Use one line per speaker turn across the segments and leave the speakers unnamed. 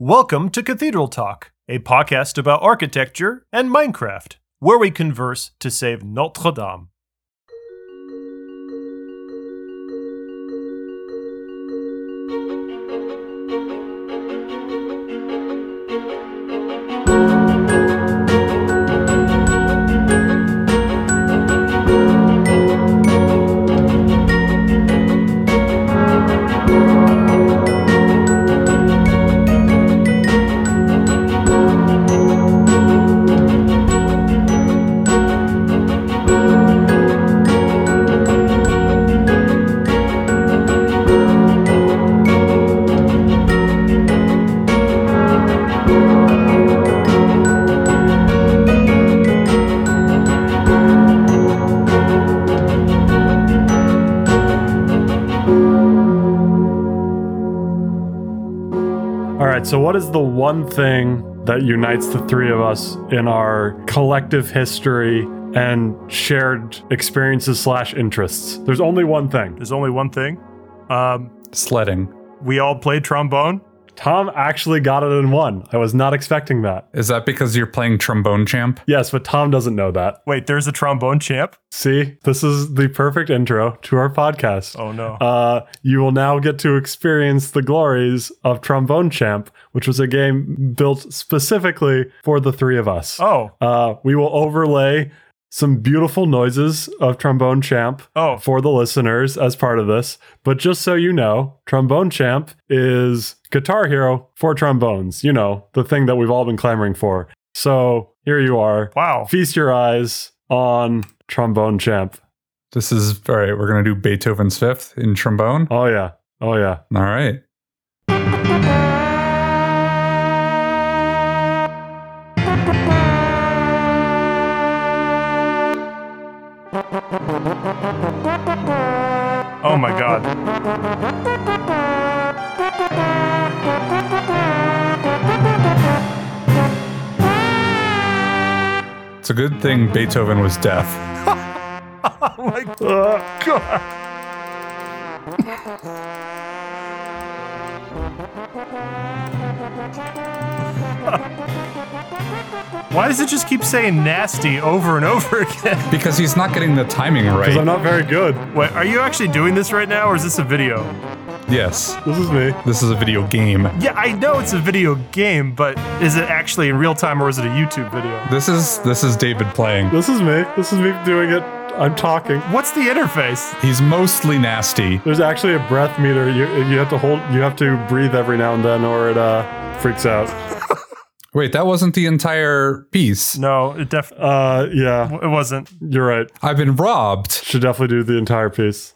Welcome to Cathedral Talk, a podcast about architecture and Minecraft, where we converse to save Notre Dame.
All right, so what is the one thing that unites the three of us in our collective history and shared experiences slash interests? There's only one thing.
There's only one thing. Um,
Sledding.
we all play trombone.
Tom actually got it in one. I was not expecting that.
Is that because you're playing trombone champ?
Yes, but Tom doesn't know that.
Wait, there's a trombone champ?
See, this is the perfect intro to our podcast.
Oh no.
Uh, you will now get to experience the glories of Trombone Champ, which was a game built specifically for the three of us.
Oh,
Uh, we will overlay some beautiful noises of Trombone Champ
oh,
for the listeners as part of this. But just so you know, Trombone Champ is Guitar Hero for trombones, you know, the thing that we've all been clamoring for. So here you are.
wow.
Feast your eyes on Trombone Champ.
This is all right. We're going to do Beethoven's fifth in trombone.
Oh, yeah. Oh, yeah.
All right.
Oh my god.
It's a good thing Beethoven was deaf.
Oh my god. Why does it just keep saying nasty over and over again?
Because he's not getting the timing
Because
right.
I'm not very good.
Wait, are you actually doing this right now, or is this a video?
yes.
This is me.
This is a video game.
Yeah, I know it's a video game, but is it actually in real time, or is it a YouTube video?
This is this is David playing.
This is me. This is me doing it. I'm talking.
What's the interface?
He's mostly nasty.
There's actually a breath meter. You you have to hold. You have to breathe every now and then, or it uh, freaks out.
Wait, that wasn't the entire piece.
No, it definitely
Uh, yeah,
it wasn't.
you're right.
I've been robbed.
Should definitely do the entire piece.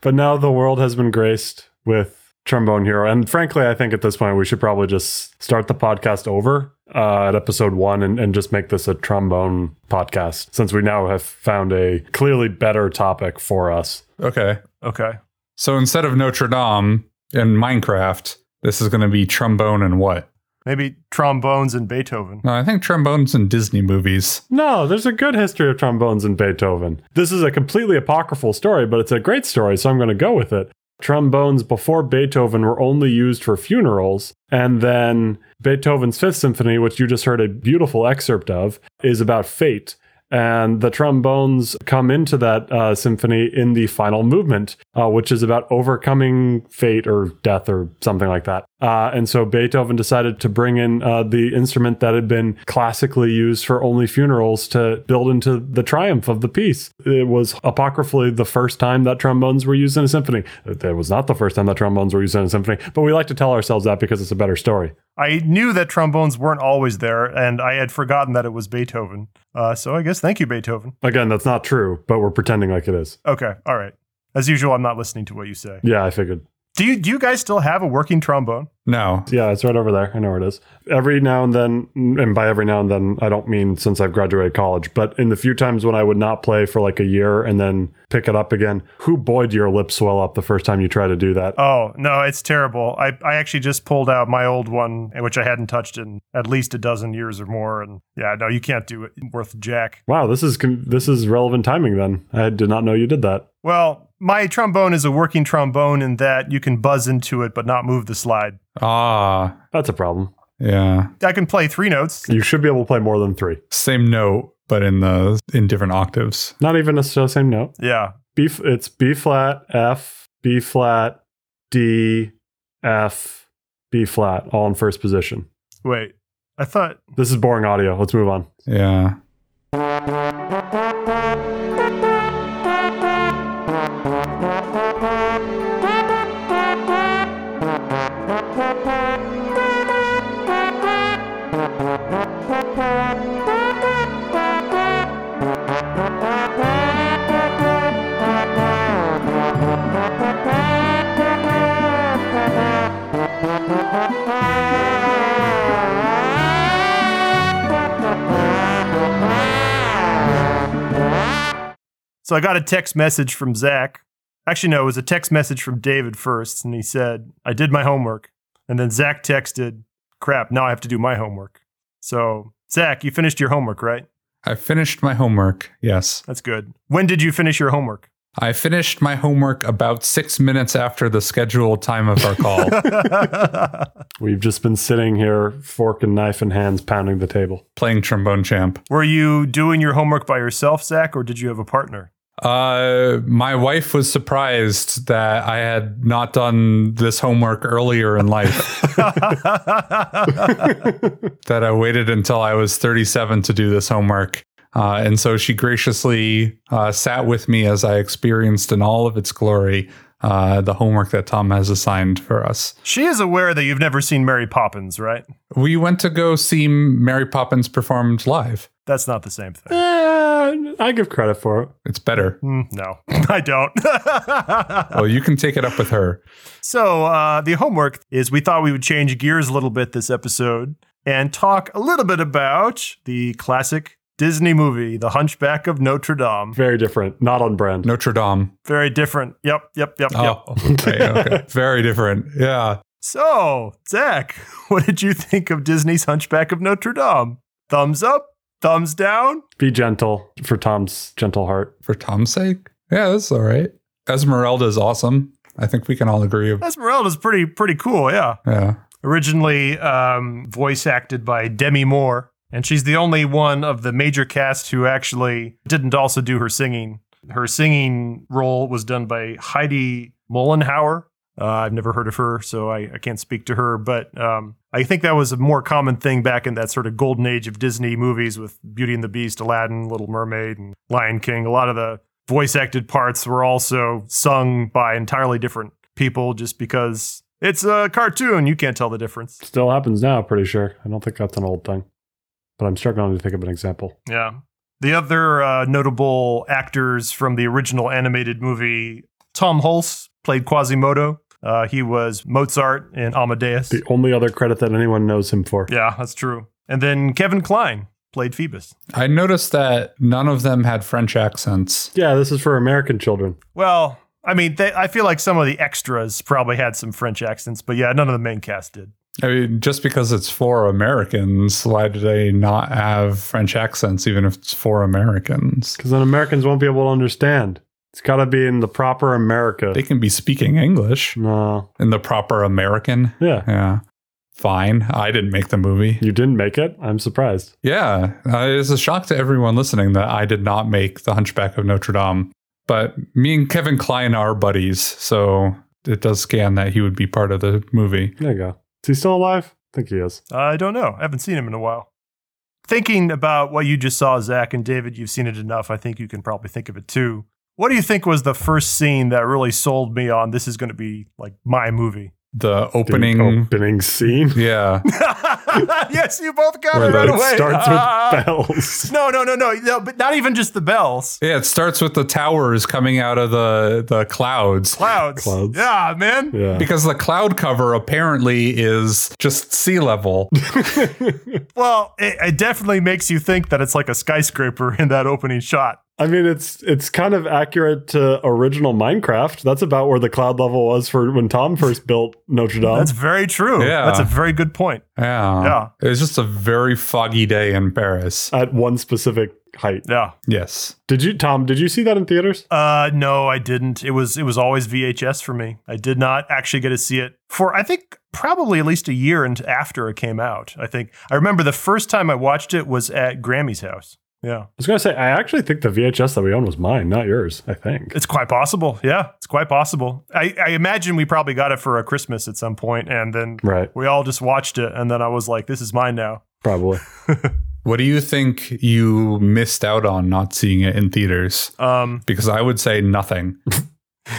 But now the world has been graced with Trombone Hero, and frankly, I think at this point we should probably just start the podcast over uh, at episode one and, and just make this a trombone podcast, since we now have found a clearly better topic for us.
Okay.
Okay.
So instead of Notre Dame and Minecraft, this is going to be trombone and what?
Maybe trombones and Beethoven.
No, I think trombones and Disney movies.
No, there's a good history of trombones in Beethoven. This is a completely apocryphal story, but it's a great story, so I'm going to go with it. Trombones before Beethoven were only used for funerals, and then Beethoven's Fifth Symphony, which you just heard a beautiful excerpt of, is about fate. And the trombones come into that uh, symphony in the final movement, uh, which is about overcoming fate or death or something like that. Uh, and so Beethoven decided to bring in uh, the instrument that had been classically used for only funerals to build into the triumph of the piece. It was apocryphally the first time that trombones were used in a symphony. It was not the first time that trombones were used in a symphony, but we like to tell ourselves that because it's a better story.
I knew that trombones weren't always there, and I had forgotten that it was Beethoven. Uh, so I guess thank you, Beethoven.
Again, that's not true, but we're pretending like it is.
Okay. All right. As usual, I'm not listening to what you say.
Yeah, I figured.
Do you do you guys still have a working trombone?
No,
Yeah, it's right over there. I know where it is. Every now and then, and by every now and then, I don't mean since I've graduated college, but in the few times when I would not play for like a year and then pick it up again, who boy do your lips swell up the first time you try to do that?
Oh no, it's terrible. I, I actually just pulled out my old one, which I hadn't touched in at least a dozen years or more. And yeah, no, you can't do it worth jack.
Wow, this is con- this is relevant timing. Then I did not know you did that.
Well, my trombone is a working trombone in that you can buzz into it but not move the slide.
Ah,
That's a problem.
Yeah.
I can play three notes.
You should be able to play more than three.
Same note, but in the in different octaves.
Not even necessarily the same note.
Yeah.
B, f- it's B flat, F, B flat, D, F, B flat, all in first position.
Wait. I thought
This is boring audio. Let's move on.
Yeah.
So I got a text message from Zach. Actually, no, it was a text message from David first, and he said, I did my homework. And then Zach texted, Crap, now I have to do my homework. So, Zach, you finished your homework, right?
I finished my homework. Yes.
That's good. When did you finish your homework?
I finished my homework about six minutes after the scheduled time of our call.
We've just been sitting here, fork and knife in hands, pounding the table.
playing trombone champ.
Were you doing your homework by yourself, Zach, or did you have a partner?
Uh, my wife was surprised that I had not done this homework earlier in life. that I waited until I was 37 to do this homework. Uh, and so she graciously uh, sat with me as I experienced in all of its glory uh, the homework that Tom has assigned for us.
she is aware that you've never seen Mary Poppins, right?
We went to go see Mary Poppins performed live.
That's not the same thing.
Eh, I give credit for it.
It's better.
Mm, no, I don't.
Well, you can take it up with her.
So, uh, the homework is we thought we would change gears a little bit this episode and talk a little bit about the classic Disney movie, The Hunchback of Notre Dame.
Very different, not on brand.
Notre Dame.
Very different. Yep, yep, yep, yep.
Oh, okay, okay. Very different. Yeah.
So, Zach, what did you think of Disney's Hunchback of Notre Dame? Thumbs up, thumbs down?
Be gentle for Tom's gentle heart.
For Tom's sake? Yeah, that's all right. Esmeralda is awesome. I think we can all agree.
Esmeralda's pretty, pretty cool, yeah.
Yeah.
originally um, voice acted by Demi Moore, and she's the only one of the major cast who actually didn't also do her singing. Her singing role was done by Heidi Mollenhauer. Uh, I've never heard of her, so I, I can't speak to her. But um, I think that was a more common thing back in that sort of golden age of Disney movies with Beauty and the Beast, Aladdin, Little Mermaid, and Lion King. A lot of the voice acted parts were also sung by entirely different people just because it's a cartoon. You can't tell the difference.
Still happens now, pretty sure. I don't think that's an old thing, but I'm struggling to think of an example.
Yeah. The other uh, notable actors from the original animated movie, Tom Hulse played Quasimodo. Uh, he was Mozart in Amadeus.
The only other credit that anyone knows him for.
Yeah, that's true. And then Kevin Klein played Phoebus.
I noticed that none of them had French accents.
Yeah, this is for American children.
Well, I mean, they, I feel like some of the extras probably had some French accents, but yeah, none of the main cast did.
I mean, just because it's for Americans, why do they not have French accents, even if it's for Americans?
Because then Americans won't be able to understand. It's got to be in the proper America.
They can be speaking English
no.
in the proper American.
Yeah.
Yeah. Fine. I didn't make the movie.
You didn't make it? I'm surprised.
Yeah. Uh, it is a shock to everyone listening that I did not make The Hunchback of Notre Dame. But me and Kevin Klein are buddies. So it does scan that he would be part of the movie.
There you go. Is he still alive? I think he is.
I don't know. I haven't seen him in a while. Thinking about what you just saw, Zach and David, you've seen it enough. I think you can probably think of it too. What do you think was the first scene that really sold me on this is going to be like my movie?
The
The
opening.
opening scene.
Yeah.
yes, you both got
Where
it right
it
away.
starts
Ah.
with bells.
no, no, no, no, no, but not even just the bells.
Yeah, it starts with the towers coming out of the, the clouds.
Clouds.
Clouds.
Yeah, man.
yeah.
Because the cloud cover apparently is just sea level.
Well, it, it definitely makes you think that it's like a skyscraper in that opening shot.
I mean, it's it's kind of accurate to original Minecraft. That's about where the cloud level was for when Tom first built Notre Dame.
That's very true.
Yeah.
That's a very good point.
Yeah.
Yeah.
It was just a very foggy day in Paris.
at one specific height.
Yeah.
Yes.
Did you, Tom? Did you see that in theaters?
Uh, no, I didn't. It was it was always VHS for me. I did not actually get to see it for I think probably at least a year and after it came out. I think I remember the first time I watched it was at Grammy's house. Yeah,
was going to say, I actually think the VHS that we own was mine, not yours, I think.
it's quite possible. Yeah, it's quite possible. I, I imagine we probably got it for a Christmas at some point, and then
Right,
we all just watched it. And then I was like, "This is mine now."
probably.
What do you think you missed out on not seeing it in theaters?
Um,
Because I would say nothing.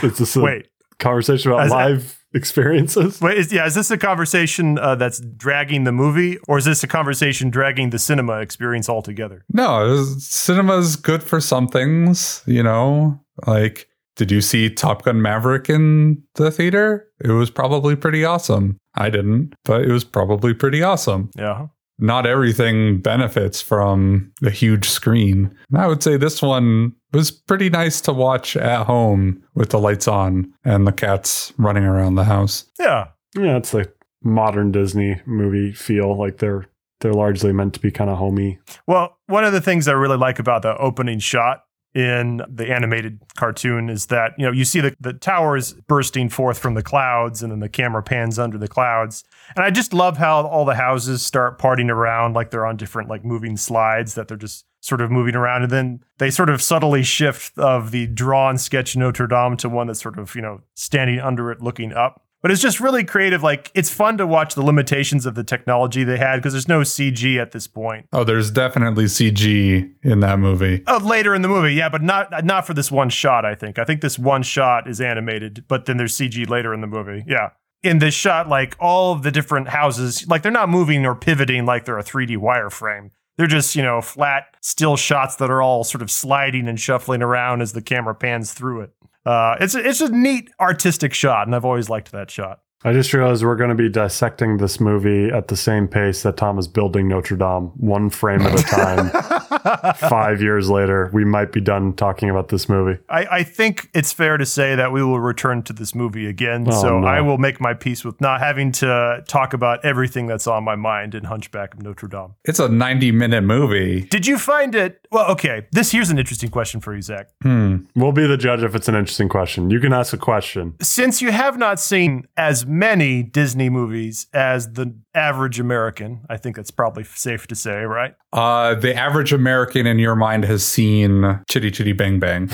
It's just a
wait,
conversation about
As-
live experiences.
wait, is, yeah, is this a conversation uh, that's dragging the movie, or is this a conversation dragging the cinema experience altogether?
No, it was- cinema's good for some things, you know? Like, did you see Top Gun Maverick in the theater? It was probably pretty awesome. I didn't, but it was probably pretty awesome.
Yeah,
Not everything benefits from a huge screen. And I would say this one was pretty nice to watch at home with the lights on and the cats running around the house.
yeah,
Yeah, it's like modern Disney movie feel. Like they're they're largely meant to be kind of homey.
Well, one of the things I really like about the opening shot in the animated cartoon is that, you know, you see the, the towers bursting forth from the clouds and then the camera pans under the clouds. And I just love how all the houses start partying around like they're on different like moving slides that they're just sort of moving around and then they sort of subtly shift of the drawn sketch Notre Dame to one that's sort of, you know, standing under it looking up. But it's just really creative. Like it's fun to watch the limitations of the technology they had because there's no CG at this point.
Oh, there's definitely CG in that movie.
Oh, later in the movie, yeah, but not not for this one shot. I think. I think this one shot is animated, but then there's CG later in the movie. Yeah, in this shot, like all of the different houses, like they're not moving or pivoting like they're a 3D wireframe. They're just you know flat still shots that are all sort of sliding and shuffling around as the camera pans through it. Uh, it's a, it's a neat artistic shot, and I've always liked that shot.
I just realized we're going to be dissecting this movie at the same pace that Tom is building Notre Dame, one frame at a time. Five years later, we might be done talking about this movie.
I, I think it's fair to say that we will return to this movie again.
Oh,
so
no.
I will make my peace with not having to talk about everything that's on my mind in Hunchback of Notre Dame.
It's a 90 minute movie.
Did you find it? Well, okay. This here's an interesting question for you, Zach.
Hmm.
We'll be the judge if it's an interesting question. You can ask a question.
Since you have not seen as many Disney movies as the average American, I think that's probably safe to say, right?
Uh, the average American in your mind has seen Chitty Chitty Bang Bang.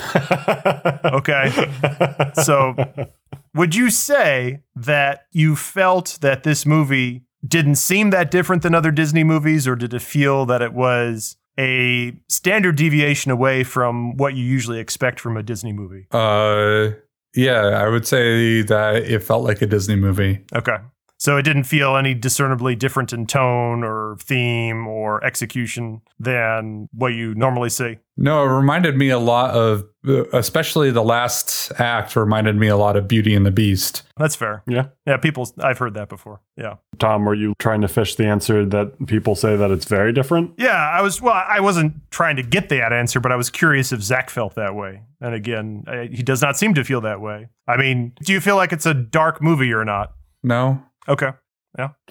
Okay. so would you say that you felt that this movie didn't seem that different than other Disney movies, or did it feel that it was a standard deviation away from what you usually expect from a Disney movie?
Uh, yeah, I would say that it felt like a Disney movie.
Okay. So it didn't feel any discernibly different in tone or theme or execution than what you normally see.
No, it reminded me a lot of, uh, especially the last act reminded me a lot of Beauty and the Beast.
That's fair.
Yeah.
Yeah, people, I've heard that before. Yeah.
Tom, were you trying to fish the answer that people say that it's very different?
Yeah, I was. Well, I wasn't trying to get that answer, but I was curious if Zach felt that way. And again, I, he does not seem to feel that way. I mean, do you feel like it's a dark movie or not?
No?
Okay.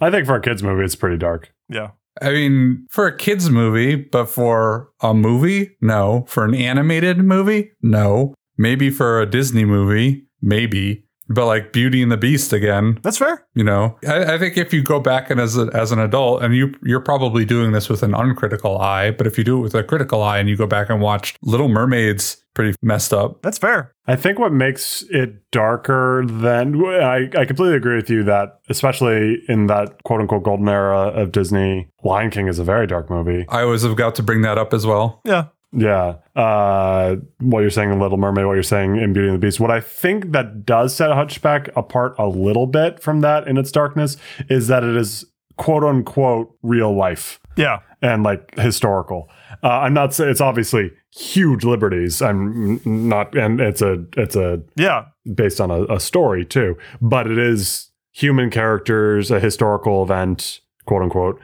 I think for a kids movie, it's pretty dark.
Yeah.
I mean, for a kid's movie, but for a movie, no. For an animated movie, no. Maybe for a Disney movie, maybe. But like Beauty and the Beast again,
That's fair.
you know I, I think if you go back and as, a, as an adult and you you're probably doing this with an uncritical eye but if you do it with a critical eye and you go back and watch little mermaids pretty messed up
That's fair.
I think what makes it darker than I, I completely agree with you that, especially in that quote unquote golden era of Disney, Lion King is a very dark movie.
i always have got to bring that up as well
Yeah.
Yeah. Uh, what you're saying in Little Mermaid, what you're saying in Beauty and the Beast. What I think that does set Hunchback apart a little bit from that in its darkness is that it is quote unquote real life
Yeah.
and like historical. Uh, I'm not saying it's obviously huge liberties. I'm not, and it's a, it's a,
Yeah.
based on a, a story too, but it is human characters, a historical event, quote unquote.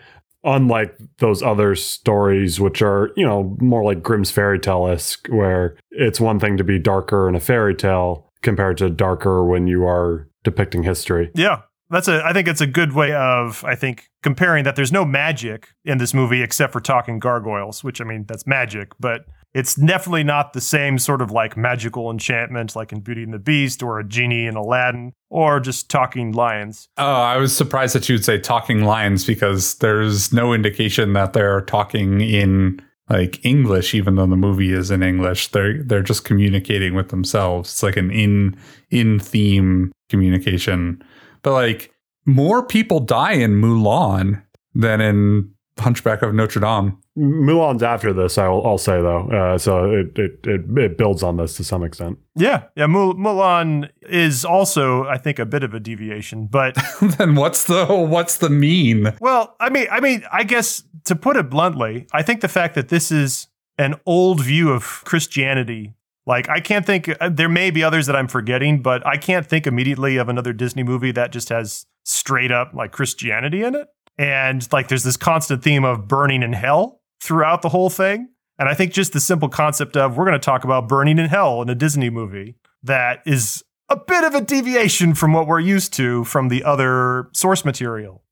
Unlike those other stories, which are, you know, more like Grimm's fairy tale esque, where it's one thing to be darker in a fairy tale compared to darker when you are depicting history.
Yeah. That's a. I think it's a good way of. I think comparing that there's no magic in this movie except for talking gargoyles, which I mean that's magic, but It's definitely not the same sort of like magical enchantment like in Beauty and the Beast or a genie in Aladdin or just talking lions.
Oh, I was surprised that you'd say talking lions because there's no indication that they're talking in like English, even though the movie is in English. They're they're just communicating with themselves. It's like an in in theme communication. But like more people die in Mulan than in Hunchback of Notre Dame.
Mulan's after this, I'll, I'll say though. Uh, so it, it, it, it builds on this to some extent.
Yeah, yeah. Mul- Mulan is also, I think, a bit of a deviation, but
then what's the what's the mean?
well, I mean, I mean, I guess to put it bluntly, I think the fact that this is an old view of Christianity, like I can't think, uh, there may be others that I'm forgetting, but I can't think immediately of another Disney movie that just has straight up like Christianity in it. And like there's this constant theme of burning in hell throughout the whole thing. And I think just the simple concept of we're going to talk about burning in hell in a Disney movie that is a bit of a deviation from what we're used to from the other source material.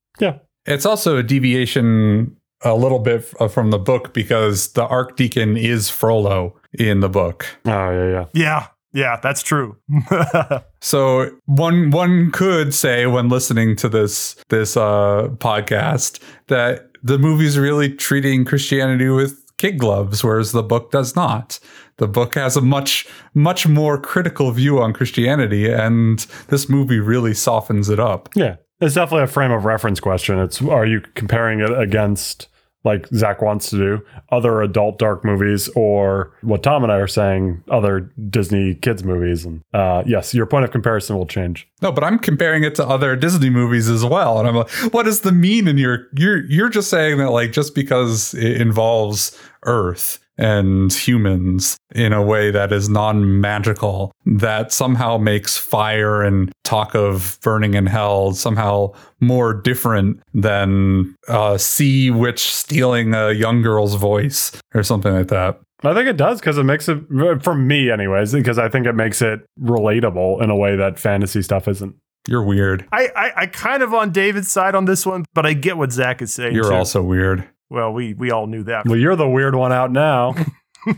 It's also a deviation a little bit f- from the book because the archdeacon is Frollo in the book.
Oh yeah, yeah.
Yeah, yeah, that's true.
So one one could say when listening to this this uh, podcast that the movie's really treating Christianity with kid gloves, whereas the book does not. The book has a much much more critical view on Christianity, and this movie really softens it up.
Yeah. It's definitely a frame of reference question. It's are you comparing it against like Zach wants to do other adult dark movies or what Tom and I are saying other Disney kids movies and uh yes your point of comparison will change
No, but I'm comparing it to other Disney movies as well, and I'm like, what does the mean? And you're you're you're just saying that like just because it involves Earth and humans in a way that is non-magical, that somehow makes fire and talk of burning in hell somehow more different than uh, sea witch stealing a young girl's voice or something like that.
I think it does because it makes it for me anyways because I think it makes it relatable in a way that fantasy stuff isn't
You're weird.
I, I, I kind of on David's side on this one, but I get what Zach is saying.
You're
too.
also weird.
well. We we all knew that.
well you're the weird one out now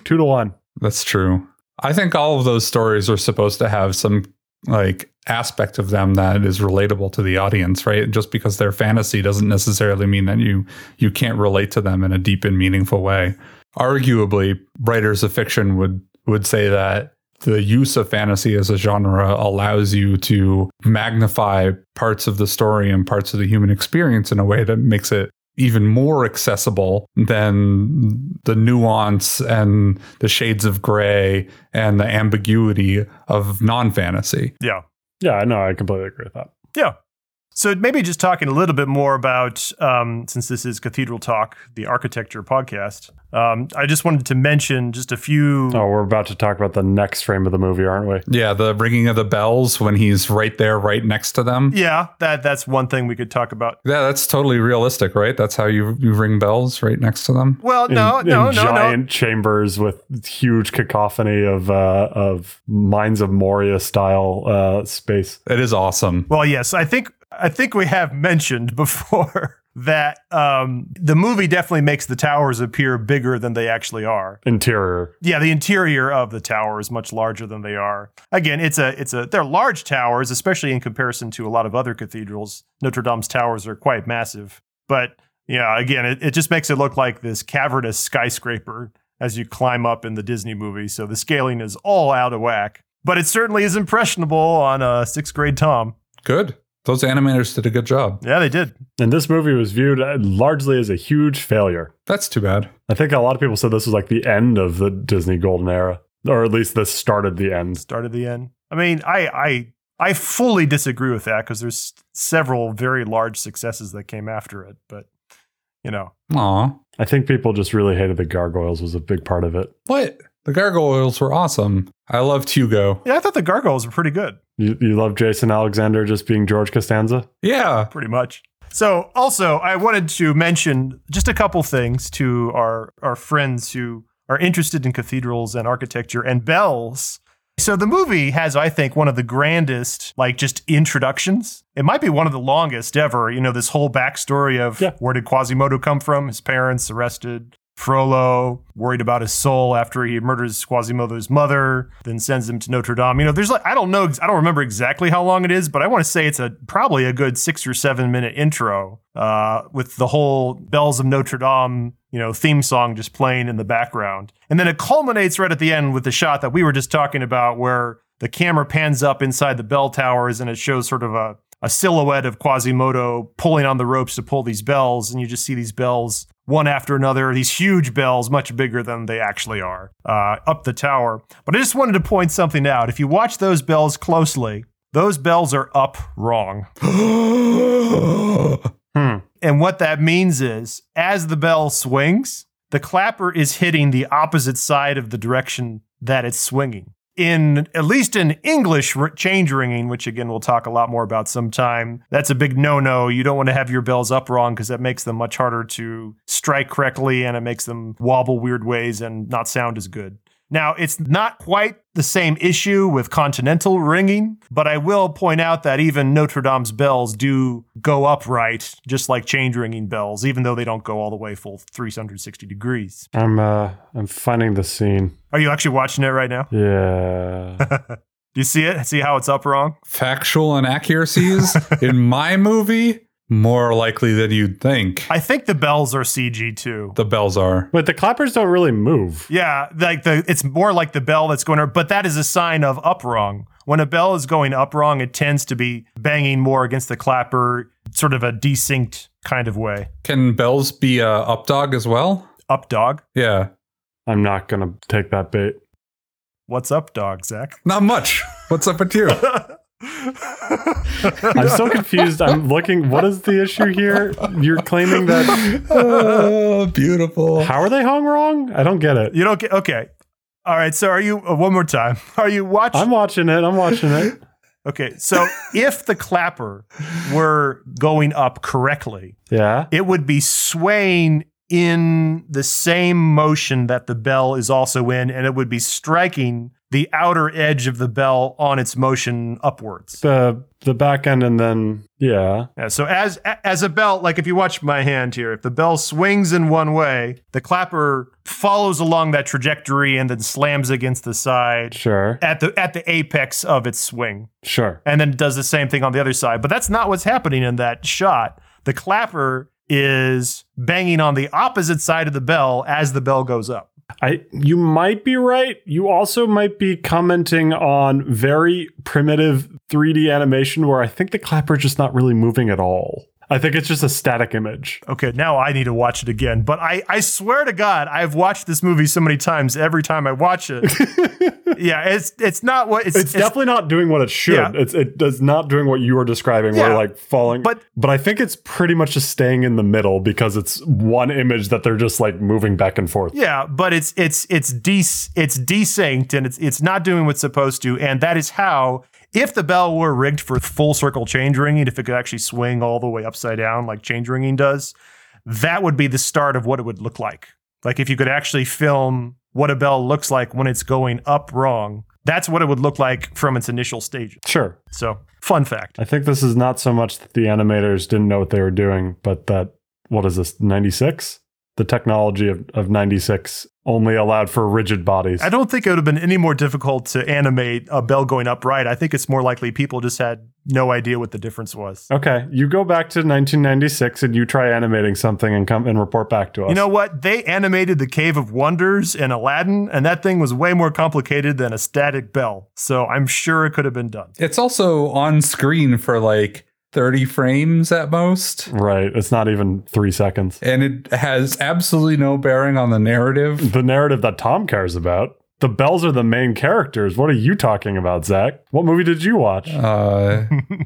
two to one
That's true. I think all of those stories are supposed to have some like aspect of them that is relatable to the audience, right? Just because they're fantasy doesn't necessarily mean that you you can't relate to them in a deep and meaningful way. Arguably, writers of fiction would would say that the use of fantasy as a genre allows you to magnify parts of the story and parts of the human experience in a way that makes it even more accessible than the nuance and the shades of gray and the ambiguity of non fantasy.
Yeah.
yeah I know I completely agree with that
So maybe just talking a little bit more about, um, since this is Cathedral Talk, the architecture podcast. Um, I just wanted to mention just a few.
oh we're about to talk about the next frame of the movie aren't we
Yeah, the ringing of the bells when he's right there, right next to them. Yeah,
Yeah, that that's one thing we could talk about.
that's totally realistic, right? That's how you, you ring bells right next to them.
Well,
in,
no, no, no,
in
no.
giant chambers with huge cacophony of uh, of mines of Moria style uh, space.
It is awesome.
Well, yes, I think I think we have mentioned before that um, the movie definitely makes the towers appear bigger than they actually are.
Interior,
Yeah, the interior of the tower is much larger than they are. Again, it's a it's a they're large towers, especially in comparison to a lot of other cathedrals. Notre Dame's towers are quite massive, but yeah, again, it, it just makes it look like this cavernous skyscraper as you climb up in the Disney movie. So the scaling is all out of whack, but it certainly is impressionable on a sixth grade Tom.
Good. Those animators did a good job.
Yeah, they did.
and this movie was viewed uh, largely as a huge failure.
That's too bad.
I think a lot of people said this was like the end of the Disney Golden Era, or at least this started the end.
Start of the end. I mean, I I I fully disagree with that because there's several very large successes that came after it, but you know.
Aw.
I think people just really hated the gargoyles was a big part of it.
What? The gargoyles were awesome. I loved Hugo.
Yeah, I thought the gargoyles were pretty good,
You, you love Jason Alexander just being George Costanza?
Yeah.
pretty much. So, also, I wanted to mention just a couple things to our, our friends who are interested in cathedrals and architecture and bells. So, the movie has, I think, one of the grandest, like, just introductions. It might be one of the longest ever. You know, this whole backstory of
Yeah.
where did Quasimodo come from, his parents arrested, Frollo, worried about his soul after he murders Quasimodo's mother, then sends him to Notre Dame. You know, there's like I don't know, I don't remember exactly how long it is, but I want to say it's a probably a good six or seven minute intro uh, with the whole bells of Notre Dame, you know, theme song just playing in the background, and then it culminates right at the end with the shot that we were just talking about, where the camera pans up inside the bell towers and it shows sort of a a silhouette of Quasimodo pulling on the ropes to pull these bells, and you just see these bells one after another, these huge bells, much bigger than they actually are, uh, up the tower. But I just wanted to point something out. If you watch those bells closely, those bells are up wrong.
Hmm.
And what that means is, as the bell swings, the clapper is hitting the opposite side of the direction that it's swinging in at least in English r- change ringing, which again we'll talk a lot more about sometime, that's a big no no. You don't want to have your bells up wrong because that makes them much harder to strike correctly and it makes them wobble weird ways and not sound as good. Now, it's not quite the same issue with continental ringing, but I will point out that even Notre Dame's bells do go upright, just like change ringing bells, even though they don't go all the way full 360 degrees.
I'm uh I'm finding the scene.
Are you actually watching it right now?
Yeah.
Do you see it? See how it's up wrong?
Factual inaccuracies in my movie more likely than you'd think.
I think the bells are CG too.
the bells are.
but the clappers don't really move.
yeah, like the it's more like the bell that's going, but that is a sign of up wrong. When a bell is going up wrong, it tends to be banging more against the clapper, sort of a desynced kind of way.
Can bells be a up dog as well?
Up dog,
Yeah,
I'm not gonna take that bait.
what's up, dog, Zach?
not much. What's up with you?
I'm so confused. I'm looking. What is the issue here? You're claiming that.
oh, beautiful.
How are they hung wrong? I don't get it.
you don't get okay. All right, so are you uh, one more time? Are you watching?
I'm watching it. I'm watching it.
okay, so if the clapper were going up correctly,
Yeah.
it would be swaying in the same motion that the bell is also in, and it would be striking the outer edge of the bell on its motion upwards.
The the back end and then yeah.
Yeah, so as a- as a bell, like if you watch my hand here, if the bell swings in one way, the clapper follows along that trajectory and then slams against the side
Sure.
at the at the apex of its swing.
Sure.
and then does the same thing on the other side. But that's not what's happening in that shot. The clapper is banging on the opposite side of the bell as the bell goes up.
I you might be right. You also might be commenting on very primitive 3D animation where I think the clapper just not really moving at all. I think it's just a static image.
Okay, now I need to watch it again. But I, I swear to God, I've watched this movie so many times. Every time I watch it, yeah, it's it's not what it's,
It's,
it's-
definitely not doing what it should.
Yeah.
It's it does not doing what you are describing.
Yeah.
Where like falling,
But-
but I think it's pretty much just staying in the middle because it's one image that they're just like moving back and forth.
Yeah, but it's it's it's de- it's desynced and it's it's not doing what's supposed to, and that is how. If the bell were rigged for full circle change ringing, if it could actually swing all the way upside down like change ringing does, that would be the start of what it would look like. Like if you could actually film what a bell looks like when it's going up wrong, that's what it would look like from its initial stages.
Sure,
So, fun fact.
I think this is not so much that the animators didn't know what they were doing, but that what is this ninety six? The technology of of ninety six only allowed for rigid bodies.
I don't think it would have been any more difficult to animate a bell going upright. I think it's more likely people just had no idea what the difference was.
Okay, you go back to 1996 and you try animating something and come and report back to us.
You know what? They animated the Cave of Wonders and Aladdin, and that thing was way more complicated than a static bell. So I'm sure it could have been done.
It's also on screen for like 30 frames at most.
right? It's not even three seconds.
And it has absolutely no bearing on the narrative.
the narrative that Tom cares about. The bells are the main characters. What are you talking about, Zach? What movie did you watch?
Uh,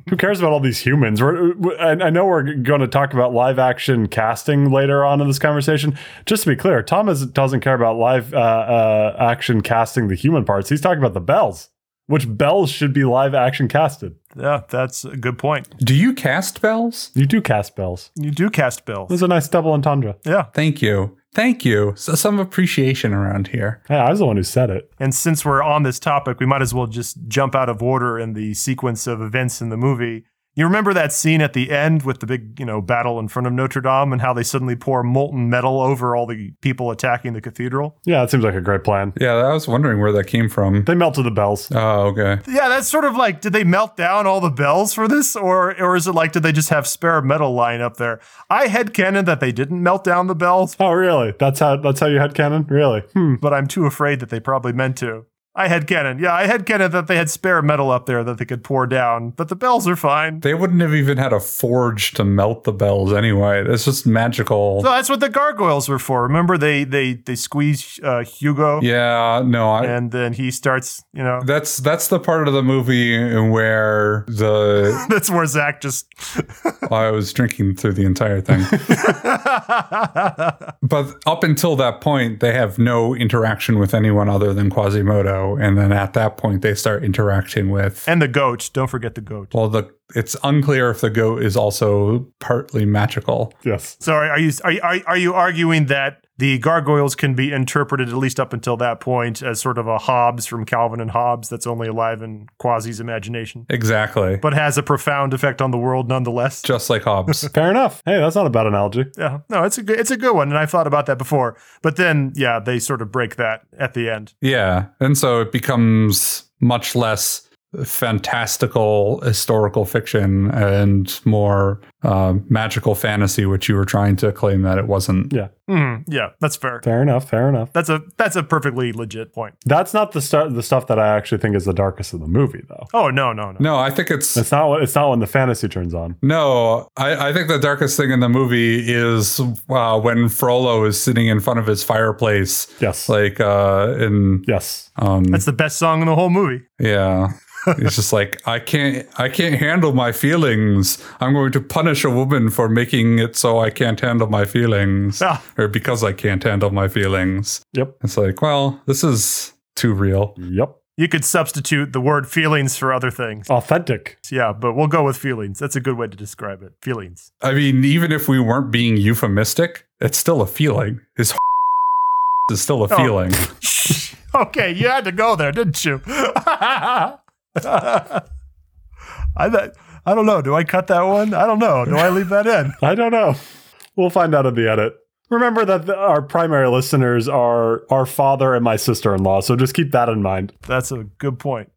Who cares about all these humans? We're, we- I I know we're going to talk about live action casting later on in this conversation. Just to be clear, Tom is, doesn't care about live uh, uh, action casting the human parts. He's talking about the bells, which bells should be live action casted.
Yeah, that's a good point.
do you cast bells?
You do cast bells.
You do cast bells.
There's a nice double entendre.
Yeah.
Thank you. Thank you. So some appreciation around here.
Hey, I was the one who said it.
And since we're on this topic, we might as well just jump out of order in the sequence of events in the movie. You remember that scene at the end with the big, you know, battle in front of Notre Dame and how they suddenly pour molten metal over all the people attacking the cathedral?
Yeah, that seems like a great plan.
Yeah, I was wondering where that came from.
They melted the bells.
Oh, okay.
Yeah, that's sort of like, did they melt down all the bells for this? Or or is it like, did they just have spare metal lying up there? I headcanon that they didn't melt down the bells,
Oh, really? That's how that's how you had cannon? Really? Hmm.
but I'm too afraid that they probably meant to. I headcanon. Yeah, I headcanon that they had spare metal up there that they could pour down, but the bells are fine.
They wouldn't have even had a forge to melt the bells anyway. It's just magical.
So that's what the gargoyles were for. Remember, they they they squeeze uh, Hugo,
yeah, no, I,
and then he starts. You know,
that's that's the part of the movie where the
that's where Zach just.
I was drinking through the entire thing. But up until that point, they have no interaction with anyone other than Quasimodo, and then at that point, they start interacting with.
and the goat. Don't forget the goat.
Well, the it's unclear if the goat is also partly magical.
Yes.
Sorry, are you are you, are you- are you arguing that the gargoyles can be interpreted at least up until that point as sort of a Hobbes from Calvin and Hobbes that's only alive in Quasi's imagination,
Exactly,
but has a profound effect on the world nonetheless?
just like Hobbes.
Fair enough. Hey, that's not a bad analogy.
Yeah, no, it's a good, it's a good one, and I've thought about that before. But then, yeah, they sort of break that at the end.
yeah, and so it becomes much less fantastical historical fiction and more uh, magical fantasy, which you were trying to claim that it wasn't.
Mm, yeah, that's fair.
Fair enough. Fair enough.
That's a that's a perfectly legit point.
That's not the stu- the stuff that I actually think is the darkest of the movie, though.
Oh no, no, no.
No, I think it's
It's not. what- It's not when the fantasy turns on.
No, I, I think the darkest thing in the movie is uh, when Frollo is sitting in front of his fireplace,
Yes.
like uh, in
yes.
um,
That's the best song in the whole movie.
yeah. It's just like I can't, I can't handle my feelings. I'm going to punish a woman for making it so I can't handle my feelings,
Ah.
or because I can't handle my feelings.
Yep.
It's like, well, this is too real.
Yep.
You could substitute the word feelings for other things.
Authentic.
Yeah, but we'll go with feelings. That's a good way to describe it. Feelings.
I mean, even if we weren't being euphemistic, it's still a feeling. Is is still a
Oh.
feeling.
okay, you had to go there, didn't you? I th- I don't know. Do I cut that one? I don't know. Do I leave that in?
I don't know. We'll find out in the edit. Remember that the, our primary listeners are our father and my sister-in-law, so just keep that in mind.
That's a good point.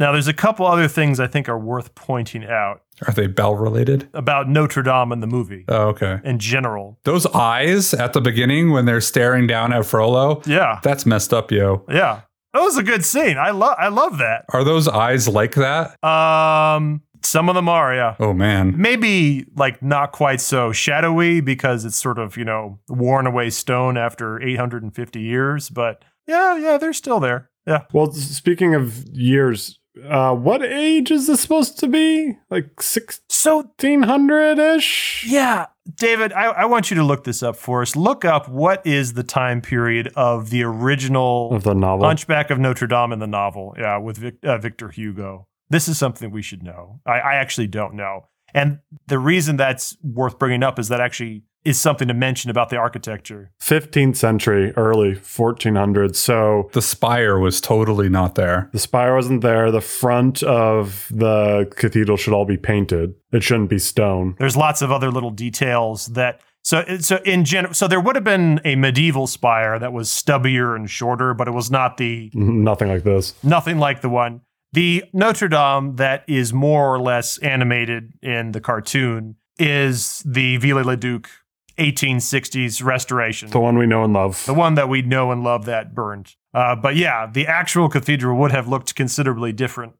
Now, there's a couple other things I think are worth pointing out
Are they bell related?
about Notre Dame and the movie
Oh, okay.
in general.
Those eyes at the beginning when they're staring down at Frollo,
Yeah,
that's messed up, yo.
yeah. That was a good scene. I love. I love that.
Are those eyes like that?
Um, some of them are. Yeah.
Oh man.
maybe like not quite so shadowy because it's sort of you know worn away stone after 850 years but yeah yeah they're still there yeah
Well, s- speaking of years, uh, what age is this supposed to be? Like
so
sixteen hundred ish.
yeah david I, I want you to look this up for us look up what is the time period of the original
Of the novel.
hunchback of notre dame in the novel yeah with Vic, uh, victor hugo this is something we should know I, I actually don't know and the reason that's worth bringing up is that actually is something to mention about the architecture
15th century, early 1400s. So
The spire was totally not there.
the spire wasn't there. The front of the cathedral should all be painted. It shouldn't be stone.
There's lots of other little details that so so in general so there would have been a medieval spire that was stubbier and shorter, but it was not the
Nothing like this.
nothing like the one the Notre Dame that is more or less animated in the cartoon is the Ville le Duc 1860s restoration.
The one we know and love.
The one that we know and love that burned. Uh, but yeah, the actual cathedral would have looked considerably different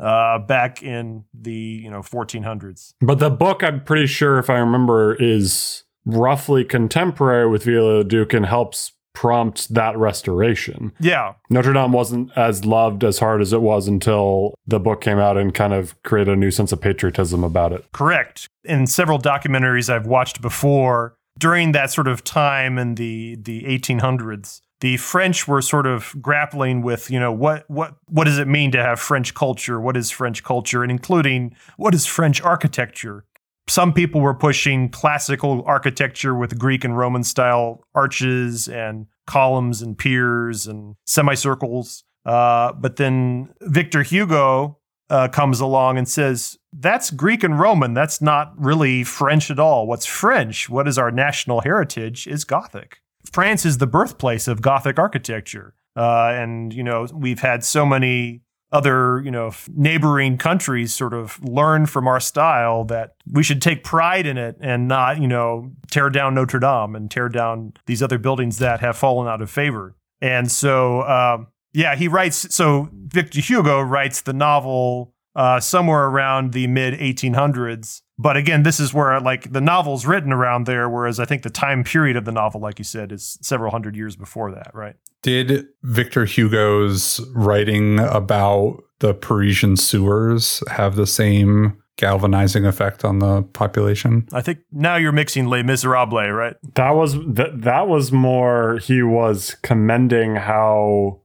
uh, back in the you know 1400s.
But the book, I'm pretty sure, if I remember, is roughly contemporary with Villa Duke and helps prompt that restoration.
Yeah,
Notre Dame wasn't as loved as hard as it was until the book came out and kind of created a new sense of patriotism about it.
Correct. In several documentaries I've watched before, during that sort of time in the the 1800s, the French were sort of grappling with, you know, what what what does it mean to have French culture? What is French culture, and including what is French architecture? Some people were pushing classical architecture with Greek and Roman style arches and columns and piers and semicircles. Uh, but then Victor Hugo, uh, uh, comes along and says, That's Greek and Roman. That's not really French at all. What's French, what is our national heritage, is Gothic. France is the birthplace of Gothic architecture. Uh, and, you know, we've had so many other, you know, f- neighboring countries sort of learn from our style that we should take pride in it and not, you know, tear down Notre Dame and tear down these other buildings that have fallen out of favor. And so, um, yeah, he writes. So Victor Hugo writes the novel uh, somewhere around the mid 1800s. But again, this is where like the novel's written around there, whereas I think the time period of the novel, like you said, is several hundred years before that, right?
Did Victor Hugo's writing about the Parisian sewers have the same galvanizing effect on the population?
I think now you're mixing Les Miserables, right?
That was that that was more he was commending how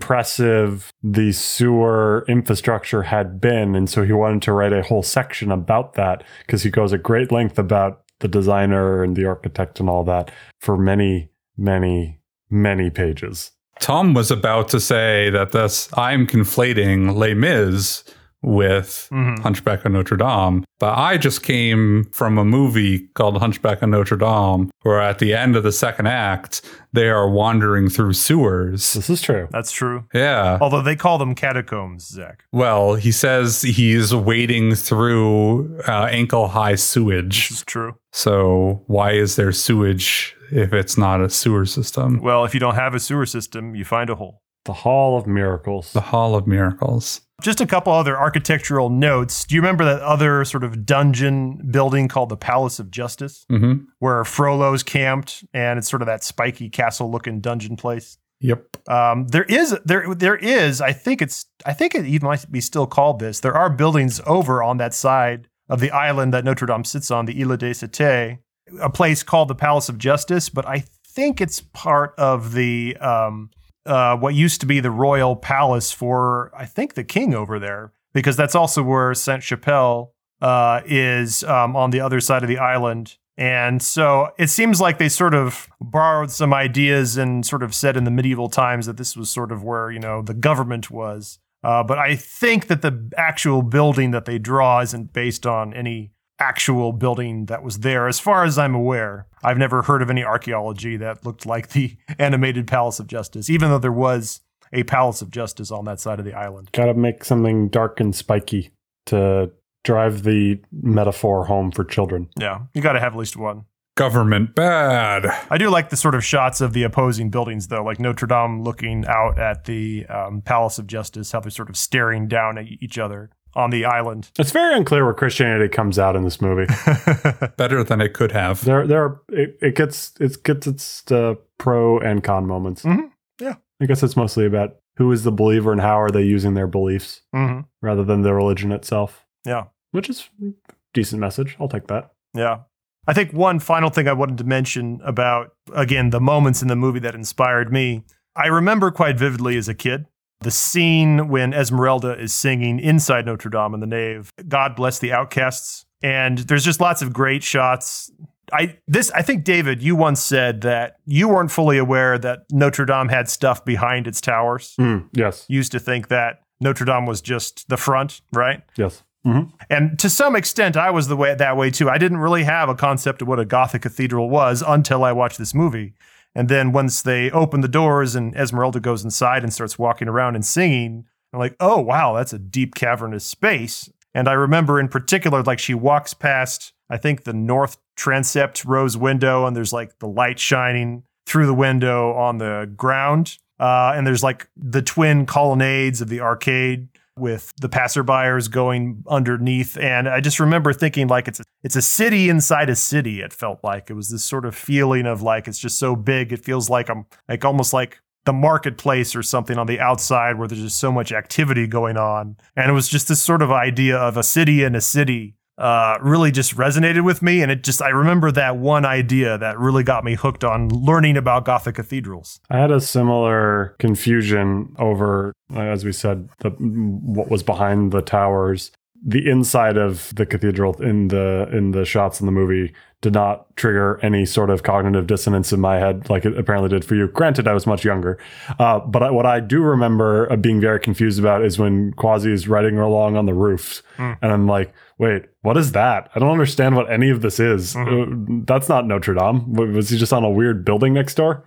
impressive the sewer infrastructure had been and so he wanted to write a whole section about that because he goes at great length about the designer and the architect and all that for many many many pages.
Tom was about to say that this I'm conflating Les Mis with
Mhm.
Hunchback of Notre Dame. But I just came from a movie called Hunchback of Notre Dame, where at the end of the second act, they are wandering through sewers.
This is true.
That's true.
Yeah.
Although they call them catacombs, Zach.
Well, he says he's wading through uh, ankle high
This
sewage.
is true.
So, why is there sewage if it's not a sewer system?
Well, if you don't have a sewer system, you find a hole.
The Hall of Miracles.
The Hall of Miracles.
Just a couple other architectural notes. Do you remember that other sort of dungeon building called the Palace of Justice?
hmm
where Frollo's camped, and it's sort of that spiky castle-looking dungeon place.
Yep.
Um, there is there there is I think it's I think it even might be still called this. There are buildings over on that side of the island that Notre Dame sits on, the Ile de Cité, a place called the Palace of Justice, but I think it's part of the um, uh, what used to be the royal palace for I think the king over there, because that's also where Saint Chapelle uh, is um, on the other side of the island. And so it seems like they sort of borrowed some ideas and sort of said in the medieval times that this was sort of where, you know, the government was. Uh, but I think that the actual building that they draw isn't based on any actual building that was there, as far as I'm aware. I've never heard of any archaeology that looked like the animated Palace of Justice, even though there was a Palace of Justice on that side of the island.
Got to make something dark and spiky to drive the metaphor home for children.
Yeah, you got to have at least one.
Government bad.
I do like the sort of shots of the opposing buildings, though, like Notre Dame looking out at the um, Palace of Justice, how they're sort of staring down at each other on the island.
It's very unclear where Christianity comes out in this movie.
Mm-hmm.
Better than it could have.
there there are, it, it gets it gets its uh, pro and con moments.
Mhm. Yeah.
I guess it's mostly about who is the believer and how are they using their beliefs
hmm
rather than the religion itself.
Yeah.
which is a decent message. I'll take that.
Yeah. I think one final thing I wanted to mention about, again, the moments in the movie that inspired me. I remember quite vividly as a kid the scene when Esmeralda is singing inside Notre Dame in the nave, God Bless the Outcasts. And there's just lots of great shots. I this I think David, you once said that you weren't fully aware that Notre Dame had stuff behind its towers.
Mm, yes,
You used to think that Notre Dame was just the front, right?
yes.
Mm-hmm.
hmm
And to some extent, I was the way that way too. I didn't really have a concept of what a Gothic cathedral was until I watched this movie. And then once they open the doors and Esmeralda goes inside and starts walking around and singing, I'm like, oh wow, that's a deep cavernous space. And I remember in particular, like she walks past, I think the north transept rose window, and there's like the light shining through the window on the ground. Uh, and there's like the twin colonnades of the arcade with the passerbyers going underneath and i just remember thinking like it's a, it's a city inside a city it felt like it was this sort of feeling of like it's just so big it feels like i'm like almost like the marketplace or something on the outside where there's just so much activity going on and it was just this sort of idea of a city in a city uh, really just resonated with me and it just i remember that one idea that really got me hooked on learning about gothic cathedrals
I had a similar confusion over, uh, as we said, the, what was behind the towers the inside of the cathedral in the in the shots in the movie did not trigger any sort of cognitive dissonance in my head like it apparently did for you. Granted, I was much younger, uh, but I, what I do remember uh, being very confused about is when Quasi is riding along on the roof,
Hmm.
and I'm like, "Wait, what is that? I don't understand what any of this is. Uh, that's not Notre Dame. W- Was he just on a weird building next door?"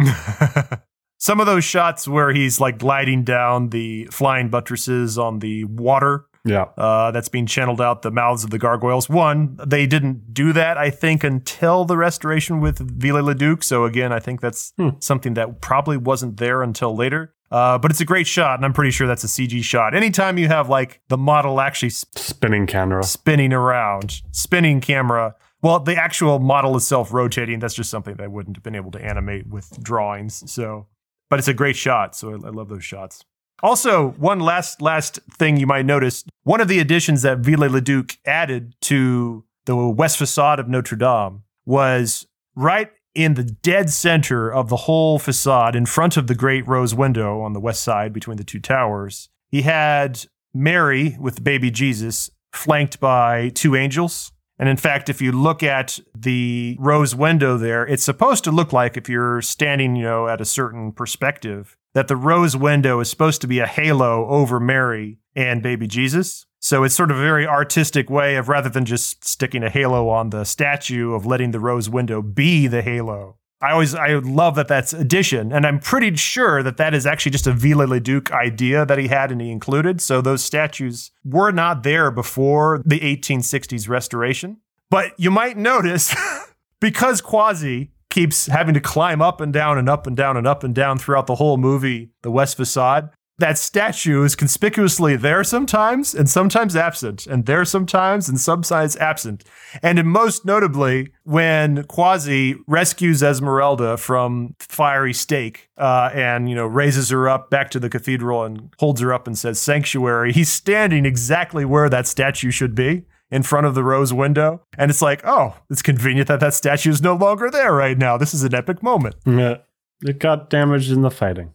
Some of those shots where he's like gliding down the flying buttresses on the water
yeah,
uh, that's being channeled out the mouths of the gargoyles. One, they didn't do that, I think, until the restoration with Ville Le Duc. So, again, I think that's
Hmm.
something that probably wasn't there until later. Uh, but it's a great shot, and I'm pretty sure that's a CG shot. Anytime you have like the model actually sp-
spinning camera.
spinning around, spinning camera, well, the actual model itself rotating, that's just something that I wouldn't have been able to animate with drawings. So, but it's a great shot. So I, I love those shots. Also, one last last thing you might notice: one of the additions that Ville Le Duc added to the west facade of Notre Dame was right in the dead center of the whole facade, in front of the great rose window on the west side between the two towers. He had Mary with baby Jesus, flanked by two angels. And in fact, if you look at the rose window there, it's supposed to look like if you're standing, you know, at a certain perspective, that the rose window is supposed to be a halo over Mary and baby Jesus. So it's sort of a very artistic way of rather than just sticking a halo on the statue of letting the rose window be the halo. I always I love that that's addition, and I'm pretty sure that that is actually just a Ville Le Duc idea that he had and he included. So those statues were not there before the 1860s restoration. But you might notice because Quasi keeps having to climb up and down and up and down and up and down throughout the whole movie, the West Facade. That statue is conspicuously there sometimes and sometimes absent, and there sometimes and sometimes absent. And in most notably, when Quasi rescues Esmeralda from fiery stake uh, and, you know, raises her up back to the cathedral and holds her up and says sanctuary, he's standing exactly where that statue should be in front of the rose window. And it's like, oh, it's convenient that that statue is no longer there right now. This is an epic moment.
Yeah. It got damaged in the fighting.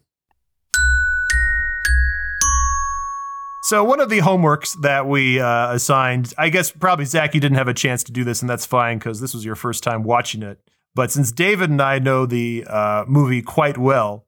So one of the homeworks that we uh, assigned, I guess probably Zach, you didn't have a chance to do this, and that's fine because this was your first time watching it. But since David and I know the uh, movie quite well,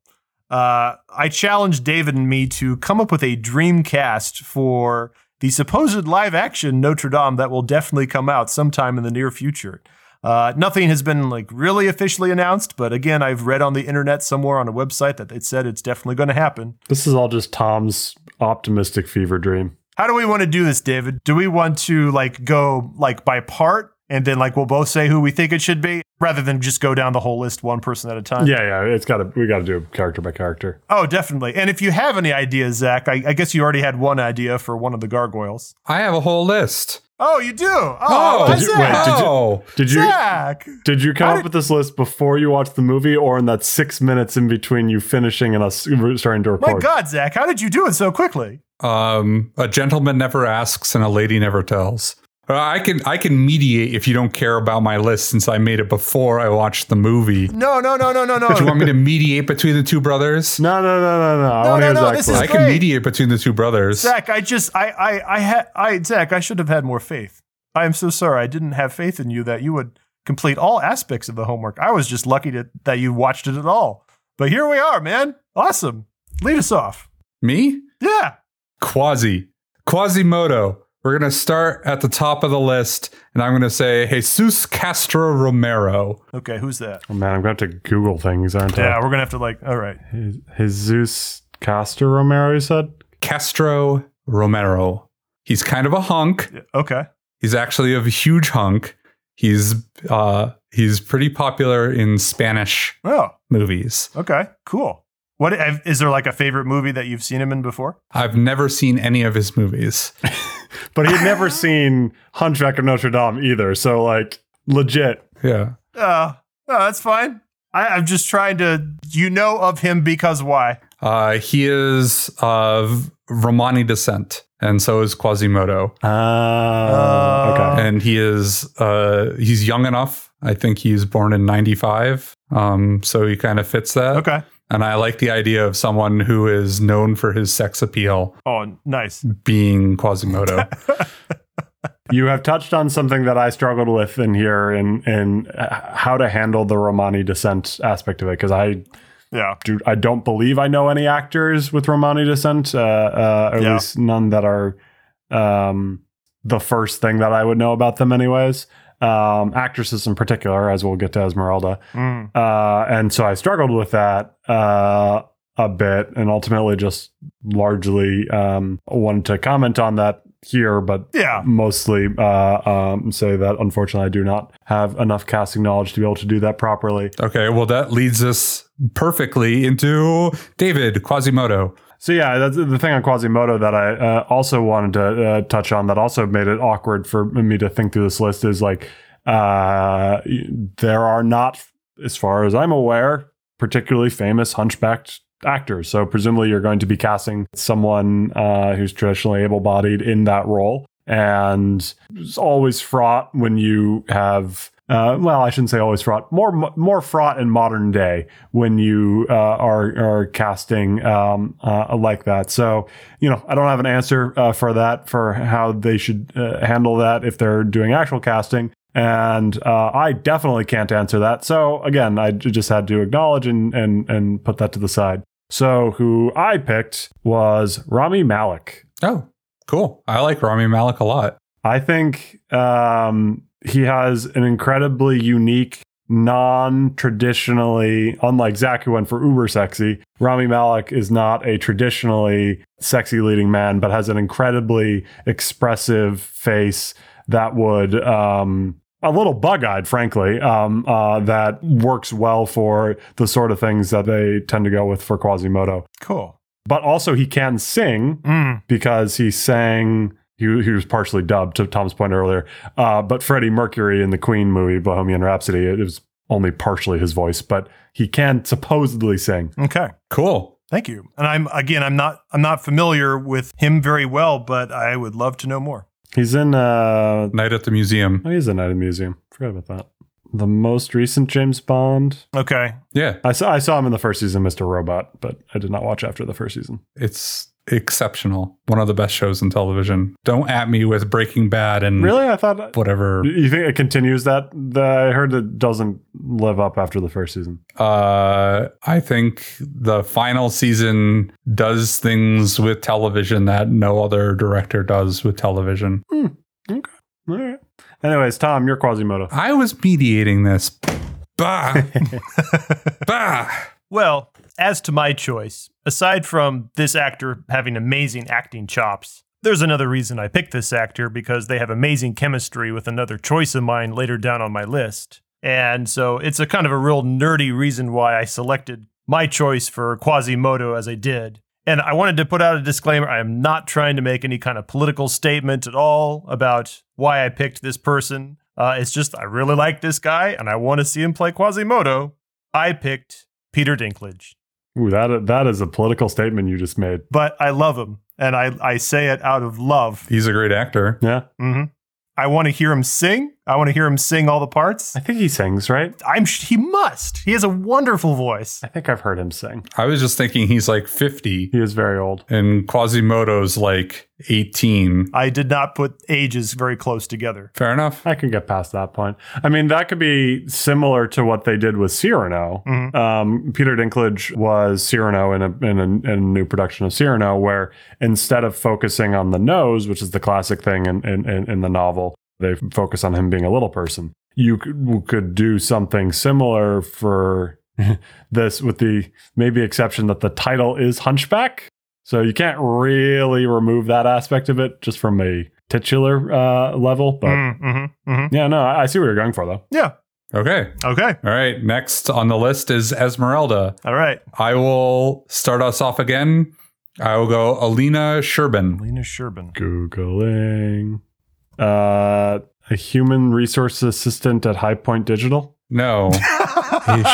uh, I challenged David and me to come up with a dream cast for the supposed live action Notre Dame that will definitely come out sometime in the near future. Uh, nothing has been like really officially announced, but again, I've read on the internet somewhere on a website that it said it's definitely going to happen.
This is all just Tom's optimistic fever dream.
How do we want to do this, David? Do we want to like go like by part and then like we'll both say who we think it should be rather than just go down the whole list one person at a time?
Yeah, yeah, it's got to we got to do character by character.
Oh, definitely. And if you have any ideas, Zach, I, I guess you already had one idea for one of the gargoyles.
I have a whole list.
Oh, you do? Oh,
Oh,
why,
did you-
Zach?
wait, did you-
Oh.
Did you
Zach!
did you come
How
up
did-
with this list before you watched the movie, or in that six minutes in between you finishing and us starting to
My
record?
God, Zach, how did you do it so quickly?
Um, a gentleman never asks and a lady never tells. Uh, I can I can mediate if you don't care about my list since I made it before I watched the movie. Do
No, no, no, no, no,
you
no.
want me to mediate between the two brothers?
No, no, no, no, no! I
No, no,
want to hear
no,
Zach's
this is-
list.
I can
great.
mediate between the two brothers.
Zach, I just, I, I, I had, I, Zach, I should have had more faith. I am so sorry. I didn't have faith in you that you would complete all aspects of the homework. I was just lucky to, that you watched it at all. But here we are, man. Awesome. Lead us off.
Me?
Yeah.
Quasi. Quasimodo. We're gonna start at the top of the list, and I'm gonna say Jesus Castro Romero.
Okay. Who's that?
Oh, man, I'm going to have to Google things, aren't
Yeah. We're going to have to like, all right.
I? Je- Jesus Castor Romero, you said.
Castro Romero. He's kind of a hunk.
Yeah, Okay.
He's actually a huge hunk. He's uh, he's pretty popular in Spanish
Oh,
movies.
okay. Cool. What is there like a favorite movie that you've seen him in before?
I've never seen any of his movies.
But he'd never seen Hunchback of Notre Dame either, so like legit.
Yeah.
Uh, no, that's fine. I, I'm just trying to, you know, of him because why?
Uh, he is of Romani descent, and so is Quasimodo.
Uh,
Ah, okay.
And he is uh, he's young enough. I think he's born in '95, um, so he kind of fits that.
Okay.
And I like the idea of someone who is known for his sex appeal
Oh, nice.
being Quasimodo.
You have touched on something that I struggled with in here in in uh, how to handle the Romani descent aspect of it because I
Yeah.
do I don't believe I know any actors with Romani descent, uh, uh, or at
Yeah.
least none that are um, the first thing that I would know about them, anyways. Um, actresses in particular, as we'll get to Esmeralda,
Mm.
uh, and so I struggled with that uh, a bit, and ultimately just largely um, wanted to comment on that here, but
Yeah.
mostly uh, um, say that unfortunately I do not have enough casting knowledge to be able to do that properly.
Okay, well, that leads us perfectly into David Quasimodo.
So yeah, that's the thing on Quasimodo that I uh, also wanted to uh, touch on that also made it awkward for me to think through this list is like uh, there are not, as far as I'm aware, particularly famous hunchbacked actors. So presumably you're going to be casting someone uh, who's traditionally able-bodied in that role, and it's always fraught when you have. Uh, well, I shouldn't say always fraught. More, more fraught in modern day when you uh, are are casting um, uh, like that. So, you know, I don't have an answer uh, for that for how they should uh, handle that if they're doing actual casting, and uh, I definitely can't answer that. So, again, I j- just had to acknowledge and and and put that to the side. So, who I picked was Rami Malik.
Oh, cool. I like Rami Malik a lot.
I think um, he has an incredibly unique, non-traditionally, unlike Zach who went for uber sexy. Rami Malik is not a traditionally sexy leading man, but has an incredibly expressive face that would um, a little bug-eyed, frankly, um, uh, that works well for the sort of things that they tend to go with for Quasimodo.
Cool.
But also, he can sing
Mm.
because he sang he, he was partially dubbed to Tom's point earlier. Uh, but Freddie Mercury in the Queen movie Bohemian Rhapsody, it was only partially his voice, but he can supposedly sing.
Okay.
Cool.
Thank you. And I'm again, I'm not, I'm not familiar with him very well, but I would love to know more.
He's in uh
Night at the Museum.
oh, he's in Night in the Museum. Forgot about that. The most recent James Bond.
Okay.
Yeah,
I saw I saw him in the first season, Mr. Robot, but I did not watch after the first season.
it's exceptional. One of the best shows in television. Don't at me with Breaking Bad and
Really? I thought
whatever.
you think it continues that? The, I heard it doesn't live up after the first season.
Uh, I think the final season does things with television that no other director does with television.
All right. Anyways, Tom, you're Quasimodo.
I was mediating this. Bah. bah.
Well, as to my choice, aside from this actor having amazing acting chops, there's another reason I picked this actor because they have amazing chemistry with another choice of mine later down on my list. And so it's a kind of a real nerdy reason why I selected my choice for Quasimodo as I did. And I wanted to put out a disclaimer I am not trying to make any kind of political statement at all about why I picked this person. Uh, it's just I really like this guy and I want to see him play Quasimodo. I picked Peter Dinklage.
Ooh, that that is a political statement you just made.
But I love him, and I, I say it out of love.
He's a great actor.
Yeah,
hmm I want to hear him sing. I want to hear him sing all the parts.
I think he sings, right?
I'm sh- he must. He has a wonderful voice.
I think I've heard him sing.
I was just thinking he's like 50
He is very old.
and Quasimodo's like 18.
I did not put ages very close together.
Fair enough.
I can get past that point. I mean, that could be similar to what they did with Cyrano.
Mhm.
Um, Peter Dinklage was Cyrano in a, in, a, in a new production of Cyrano, where instead of focusing on the nose, which is the classic thing in, in, in, in the novel, they focus on him being a little person. You could, could do something similar for this, with the maybe exception that the title is Hunchback. So you can't really remove that aspect of it just from a titular uh, level, but.
Mm, mhm, mhm.
Yeah, no, I I see what you're going for though.
Okay.
Okay.
All right. Next on the list is Esmeralda.
All right.
I will start us off again. I will go Alina Sherbin.
Lena Sherbin.
Googling. Uh, a human resource assistant at High Point Digital.
No,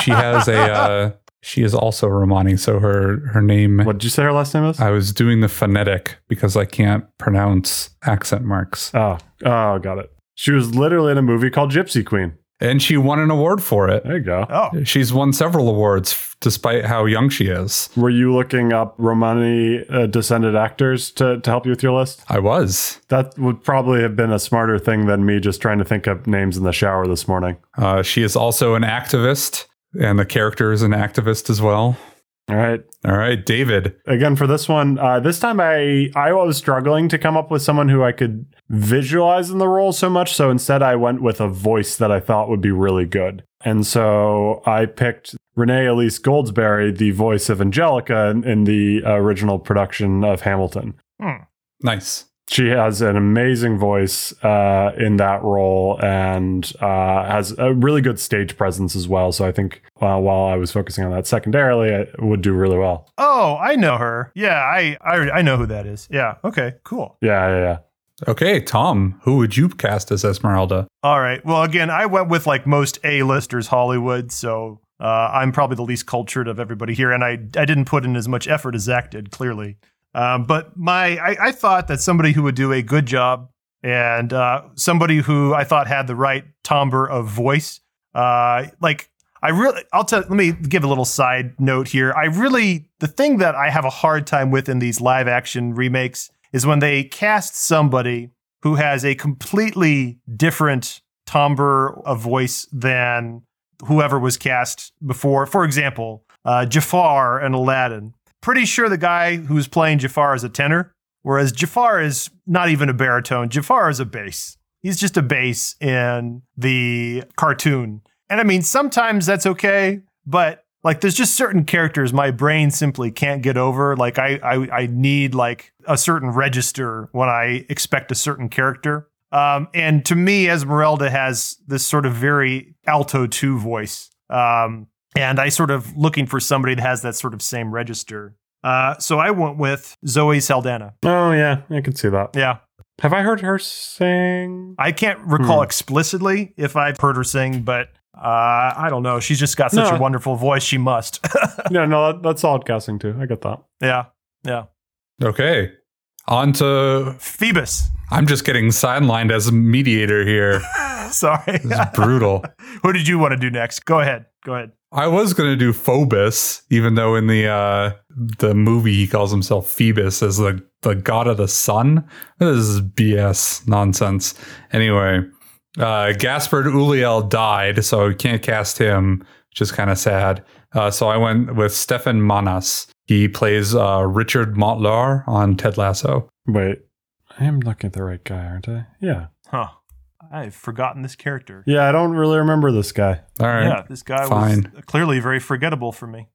she has a. Uh, she is also Romani, so her her name.
What did you say her last name is?
I was doing the phonetic because I can't pronounce accent marks.
oh, oh, got it. She was literally in a movie called Gypsy Queen.
and she won an award for it.
There you go.
Oh,
She's won several awards f- despite how young she is.
Were you looking up Romani uh, descended actors to, to help you with your list?
I was.
That would probably have been a smarter thing than me just trying to think up names in the shower this morning.
Uh, she is also an activist, and the character is an activist as well.
All right.
All right, David.
Again, for this one, uh, this time I, I was struggling to come up with someone who I could visualize in the role so much. So instead, I went with a voice that I thought would be really good. And so I picked Renee Elise Goldsberry, the voice of Angelica in, in the original production of Hamilton.
Nice.
she has an amazing voice uh, in that role and uh, has a really good stage presence as well. So I think uh, while I was focusing on that secondarily, it would do really well.
oh, I know her. Yeah, I, I, I know who that is. Yeah. Okay. Cool.
Yeah, yeah, yeah.
Okay, Tom, who would you cast as Esmeralda?
All right. Well, again, I went with like most A-listers Hollywood, so uh, I'm probably the least cultured of everybody here, and I I didn't put in as much effort as Zach did, clearly. Um, but my I, I thought that somebody who would do a good job and uh, somebody who I thought had the right timbre of voice, uh, like I really I'll tell. Let me give a little side note here. I really the thing that I have a hard time with in these live action remakes is when they cast somebody who has a completely different timbre of voice than whoever was cast before. For example, uh, Jafar and Aladdin. Pretty sure the guy who's playing Jafar is a tenor, whereas Jafar is not even a baritone. Jafar is a bass. He's just a bass in the cartoon. And I mean, sometimes that's okay, but like there's just certain characters my brain simply can't get over. Like I, I, I need like a certain register when I expect a certain character. Um, and to me, Esmeralda has this sort of very alto two voice. Um, and I sort of looking for somebody that has that sort of same register. Uh, so I went with Zoe Saldana.
Oh, yeah, I can see that.
Yeah.
Have I heard her sing?
I can't recall
Hmm.
explicitly if I've heard her sing, but uh, I don't know. She's just got such
No.
a wonderful voice. She must.
no, no, that, that's solid casting too. I get that.
yeah.
Okay, on to.
Phoebus.
I'm just getting sidelined as a mediator here.
Sorry.
This is brutal.
Who did you want to do next? Go ahead. Go ahead.
I was gonna do Phobus, even though in the uh, the movie he calls himself Phoebus as the the god of the sun. This is BS nonsense. Anyway, uh, Gaspard Uliel died, so we can't cast him, which is kind of sad. Uh, so I went with Stefan Manas. He plays uh, Richard Montlar on Ted Lasso.
Wait, I am looking at the right guy, aren't I? Yeah.
Huh. I've forgotten this character.
Yeah, I don't really remember this guy.
All right,
Yeah, this guy was
Fine.
clearly very forgettable for me.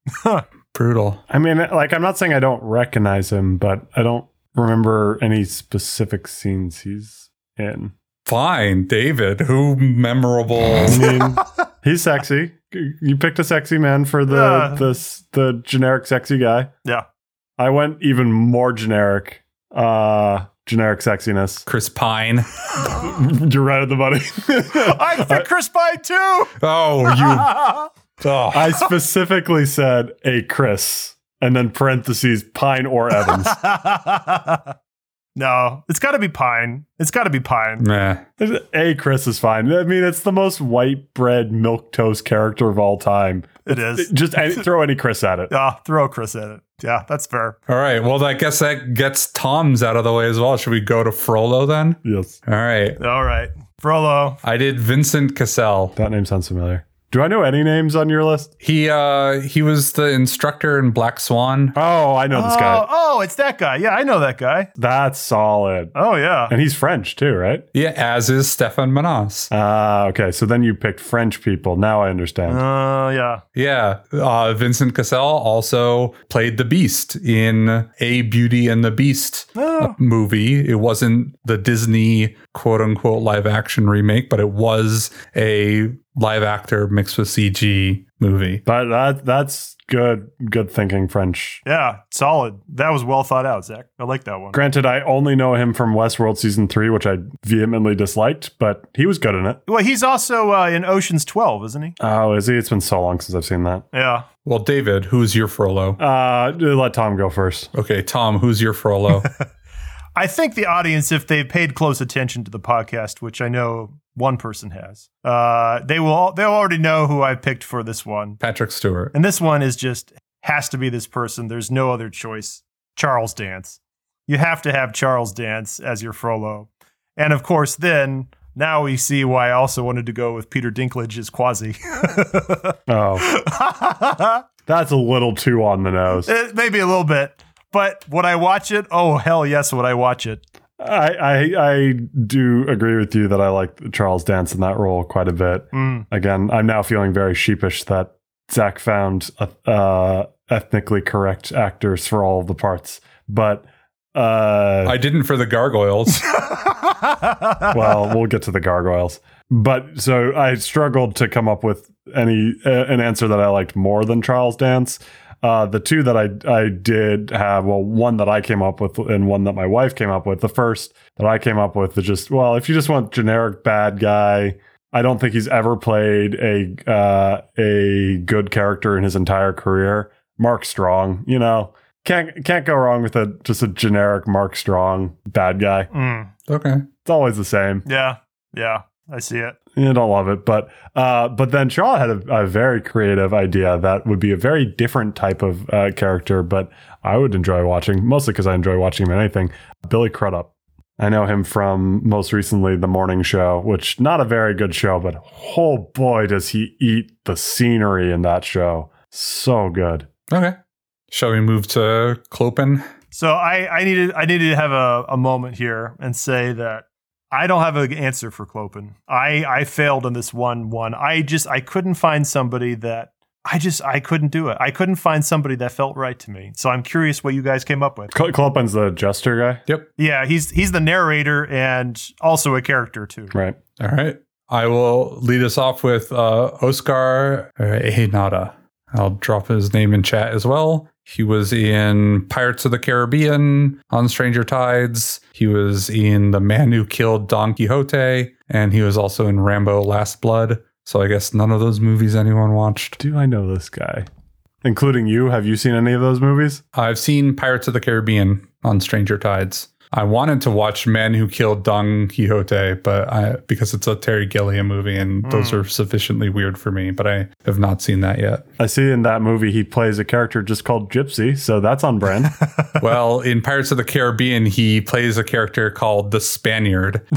brutal.
I mean, like, I'm not saying I don't recognize him, but I don't remember any specific scenes he's in.
Fine, David. Who memorable?
I mean, he's sexy. You picked a sexy man for the
Yeah.
this the generic sexy guy.
Yeah.
I went even more generic. Uh generic sexiness.
Chris Pine.
You're right at the money.
I
I,
picked Chris Pine too.
Oh, Uh, you. Oh.
I specifically said a Chris and then parentheses Pine or Evans.
no, it's got to be Pine. It's got to be Pine.
Meh.
a Chris is fine. I mean, it's the most white bread milk toast character of all time.
It is.
Just any, throw any Chris at it.
Ah, throw Chris at it. Yeah, that's fair.
All right. Well, I guess that gets Tom's out of the way as well. Should we go to Frollo then?
Yes.
All right.
All right, Frollo.
I did Vincent Cassell.
That name sounds familiar. Do I know any names on your list?
He uh he was the instructor in Black Swan.
Oh, I know this guy.
Oh, oh, it's that guy. Yeah, I know that guy.
That's solid.
Oh yeah.
And he's French too, right?
Yeah, as is Stefan Manas.
Ah, okay. So then you picked French people. Now I understand.
Uh, yeah.
Yeah. Uh Vincent Cassell also played the Beast in A Beauty and the Beast
Oh,
movie. It wasn't the Disney quote unquote live action remake, but it was a live actor mixed with CG movie.
But that that's good good thinking French.
yeah. Solid. That was well thought out, Zach. I like that one.
Granted, I only know him from Westworld season three, which I vehemently disliked, but he was good in it.
Well, he's also uh, in Ocean's Twelve, isn't he?
Oh, is he? It's been so long since I've seen that.
Yeah.
Well, David, who's your Frollo?
Uh, let Tom go first.
Oh.
Okay, Tom, who's your Frollo?
I think the audience, if they paid close attention to the podcast, which I know One person has. Uh, they will. All, they'll already know who I picked for this one.
Patrick Stewart.
And this one is just has to be this person. There's no other choice. Charles Dance. You have to have Charles Dance as your Frollo. And of course, then now we see why I also wanted to go with Peter Dinklage as Quasi.
Oh, that's a little too on the nose.
Eh, Maybe a little bit. But would I watch it? Oh, hell yes, would I watch it?
I, I I do agree with you that I like Charles Dance in that role quite a bit.
Mm.
Again, I'm now feeling very sheepish that Zach found uh, ethnically correct actors for all of the parts, but uh,
I didn't for the gargoyles.
well, we'll get to the gargoyles. But so I struggled to come up with any uh, an answer that I liked more than Charles Dance. Uh, the two that I I did have, well, one that I came up with and one that my wife came up with. The first that I came up with is just well, if you just want generic bad guy, I don't think he's ever played a uh, a good character in his entire career. Mark Strong, you know, can't can't go wrong with a just a generic Mark Strong bad guy.
Mm.
okay.
It's always the same
Yeah, yeah, I see it.
you don't love it but uh but then Charles had a, a very creative idea that would be a very different type of uh, character but i would enjoy watching mostly because i enjoy watching him in anything billy crudup i know him from most recently the morning show which not a very good show but oh boy does he eat the scenery in that show so good
Okay. Shall we move to Clopen?
So I, I needed I needed to have a, a moment here and say that I don't have an answer for Clopen. I, I failed on this one one. I just I couldn't find somebody that I just I couldn't do it. I couldn't find somebody that felt right to me. So I'm curious what you guys came up with.
Cl- Clopen's the jester guy
Yep.
Yeah, he's he's the narrator and also a character too.
right
All right. I will lead us off with uh, Oscar Ejenada. I'll drop his name in chat as well. He was in Pirates of the Caribbean, On Stranger Tides. He was in The Man Who Killed Don Quixote, and he was also in Rambo Last Blood. So I guess none of those movies anyone watched.
do i know this guy including you have you seen any of those movies
I've seen Pirates of the Caribbean on Stranger Tides. I wanted to watch Men Who Killed Don Quixote, but I because it's a Terry Gilliam movie and those
Hmm.
are sufficiently weird for me, but I have not seen that yet.
I see in that movie he plays a character just called Gypsy, so that's on brand.
well, in Pirates of the Caribbean, he plays a character called the Spaniard.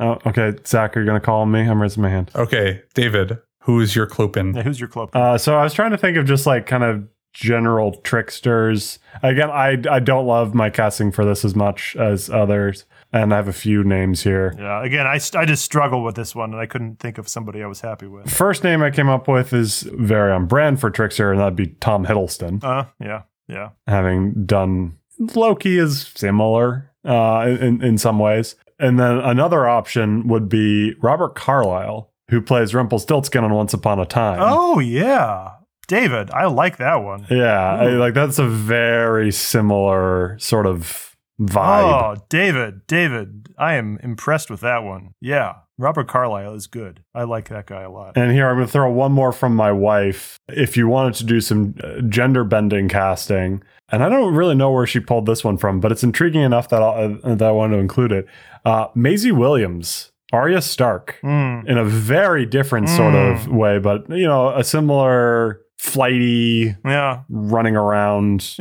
oh, okay, Zach, are you gonna call me? I'm raising my hand.
Okay, David, who is your Clopin?
Now, who's your Clopen?
Uh, so I was trying to think of just like kind of general tricksters. Again, I I don't love my casting for this as much as others, and I have a few names here.
yeah, again, I, st- I just struggled with this one and I couldn't think of somebody I was happy with.
First name I came up with is very on brand for trickster, and that'd be Tom Hiddleston,
Uh, yeah, yeah.
having done Loki is similar uh, in in some ways. And then another option would be Robert Carlyle, who plays Rumpelstiltskin on Once Upon a Time.
Oh yeah, David, I like that one.
Yeah, I-
Ooh.
like that's a very similar sort of vibe.
Oh, David, David, I am impressed with that one. Yeah, Robert Carlyle is good. I like that guy a lot.
And here I'm going to throw one more from my wife. If you wanted to do some uh, gender bending casting, and I don't really know where she pulled this one from, but it's intriguing enough that I that I wanted to include it. Uh, Maisie Williams, Arya Stark,
Mm,
in a very different sort of way, but you know, a similar flighty
yeah,
running around.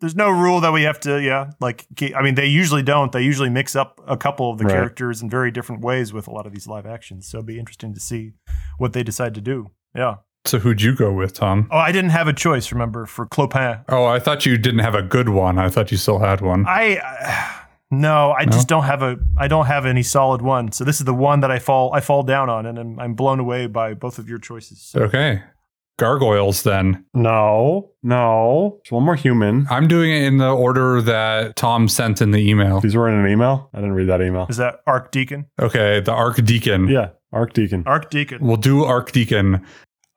there's no rule that we have to. Yeah, like ke- I mean, they usually don't. They usually mix up a couple of the
Right.
characters in very different ways with a lot of these live actions. So it'd be interesting to see what they decide to do. Yeah.
So who'd you go with, Tom?
Oh, I didn't have a choice. Remember for Clopin,
Oh, I thought you didn't have a good one. I thought you still had one.
I. Uh, no, I just don't have a. I don't have any solid one. So this is the one that I fall. I fall down on, and I'm, I'm blown away by both of your choices. So.
Okay. Gargoyles, then.
No, no, it's one more human.
I'm doing it in the order that Tom sent in the email.
These were in an email. I didn't read that email.
Is that Archdeacon?
Okay, the Archdeacon.
Yeah, Archdeacon.
Archdeacon.
We'll do Archdeacon.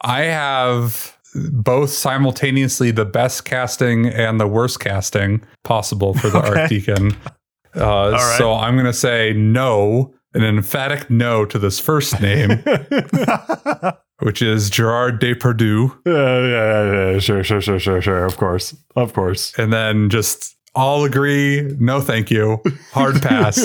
I have both simultaneously the best casting and the worst casting possible for the
Okay.
Archdeacon. Uh,
right.
So I'm going to say no, an emphatic no to this first name,
yeah,
which is Gerard Depardieu,
yeah, yeah, yeah, sure, sure, sure, sure, sure. Of course, of course.
and then
Uh,
just all agree, no, thank you, hard pass.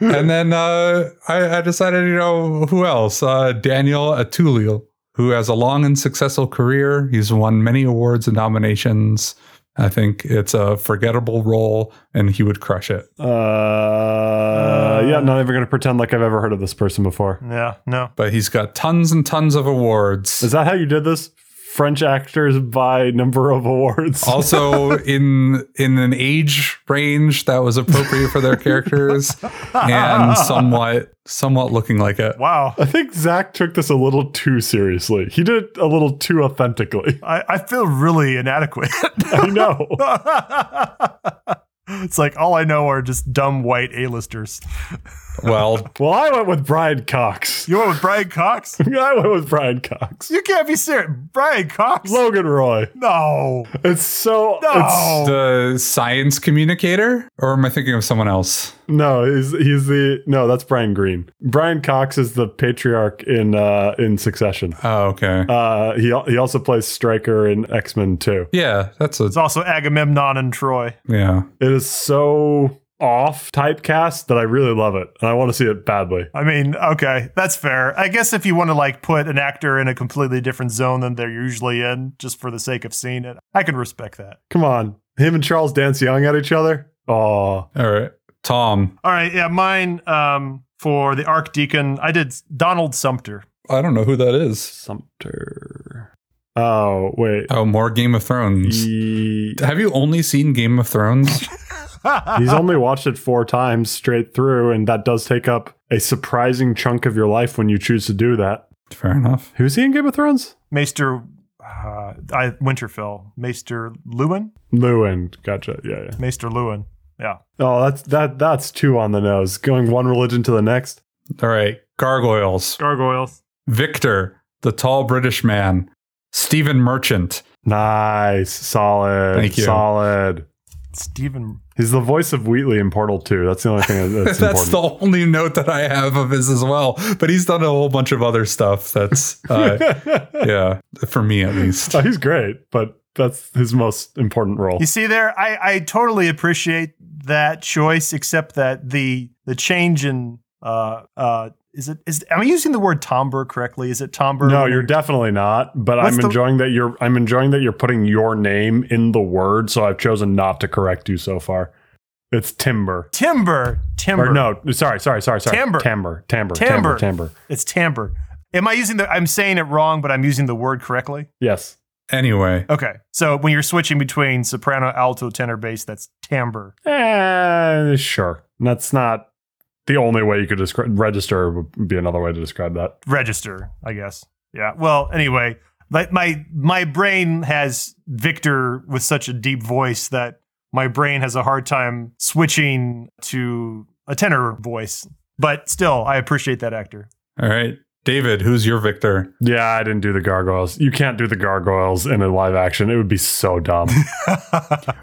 and then uh, I, I decided, you know, who else? Uh, Daniel Atulio, who has a long and successful career. He's won many awards and nominations. I think it's a forgettable role, and he would crush it.
Uh, yeah, not even going to pretend like I've ever heard of this person before.
Yeah, no.
But he's got tons and tons of awards.
Is that how you did this? French actors by number of awards.
Oh, also in in an age range that was appropriate for their characters and somewhat somewhat looking like it.
Wow.
I think Zach took this a little too seriously. He did it a little too authentically.
I, I feel really inadequate.
I know.
it's like all I know are just dumb white A-listers.
Well,
Well, I went with Brian Cox.
You went with Brian Cox?
I went with Brian Cox.
You can't be serious. Brian Cox?
Logan Roy.
No.
It's so.
No.
It's,
the science communicator, or am I thinking of someone else?
no, he's he's the no. That's Brian Green. Brian Cox is the patriarch in uh, in Succession.
Oh, okay.
Uh, he al- he also plays Stryker in X Men Two.
Yeah, that's a
It's also Agamemnon and Troy.
yeah.
It is so off typecast that I really love it, and I want to see it badly.
I mean, okay, that's fair. I guess if you want to like put an actor in a completely different zone than they're usually in, just for the sake of seeing it, I can respect that.
Come on, him and Charles dance young at each other. Oh,
All right. Tom.
All right, yeah, mine um, for the Archdeacon, I did Donald Sumter.
I don't know who that is.
Sumter. Oh wait.
Oh, more Game of Thrones.
He-
Have you only seen Game of Thrones?
He's only watched it four times straight through, and that does take up a surprising chunk of your life when you choose to do that.
Fair enough.
Who's he in Game of Thrones?
Maester uh, I, Winterfell, Maester Lewin,
Lewin. Gotcha. Yeah, yeah.
Maester Lewin. Yeah,
Oh, that's that that's two on the nose. Going one religion to the next.
All right. Gargoyles.
gargoyles.
Victor, the tall British man. Stephen Merchant.
Nice. Solid.
Thank you.
Solid.
Stephen.
He's the voice of Wheatley in Portal 2. That's the only thing that's,
That's,
important.
the only note that I have of his as well. But he's done a whole bunch of other stuff. That's uh, yeah, for me at least.
Oh, he's great, but that's his most important role.
You see there, I, I totally appreciate that choice, except that the the change in uh uh is it is am I using the word timbre correctly? Is it timbre?
no, you're definitely not. But
What's
I'm
the-
enjoying that you're. I'm enjoying that you're putting your name in the word. So I've chosen not to correct you so far. It's timber.
timber. Timber.
Or no, sorry, sorry, sorry, sorry.
Timber.
Timber. Timber.
Timber.
Timber. Timber.
It's timbre. Am I using the I'm saying it wrong, but I'm using the word correctly?
Yes.
Anyway,
Okay. So when you're switching between soprano, alto, tenor, bass, that's timbre.
Eh, sure. That's not the only way you could describe. Register would be another way to describe that.
Register, I guess. Yeah. Well, anyway, like my my brain has Victor with such a deep voice that my brain has a hard time switching to a tenor voice. But still, I appreciate that actor.
all right, David, who's your Victor?
Yeah, I didn't do the gargoyles. You can't do the gargoyles in a live action. It would be so dumb.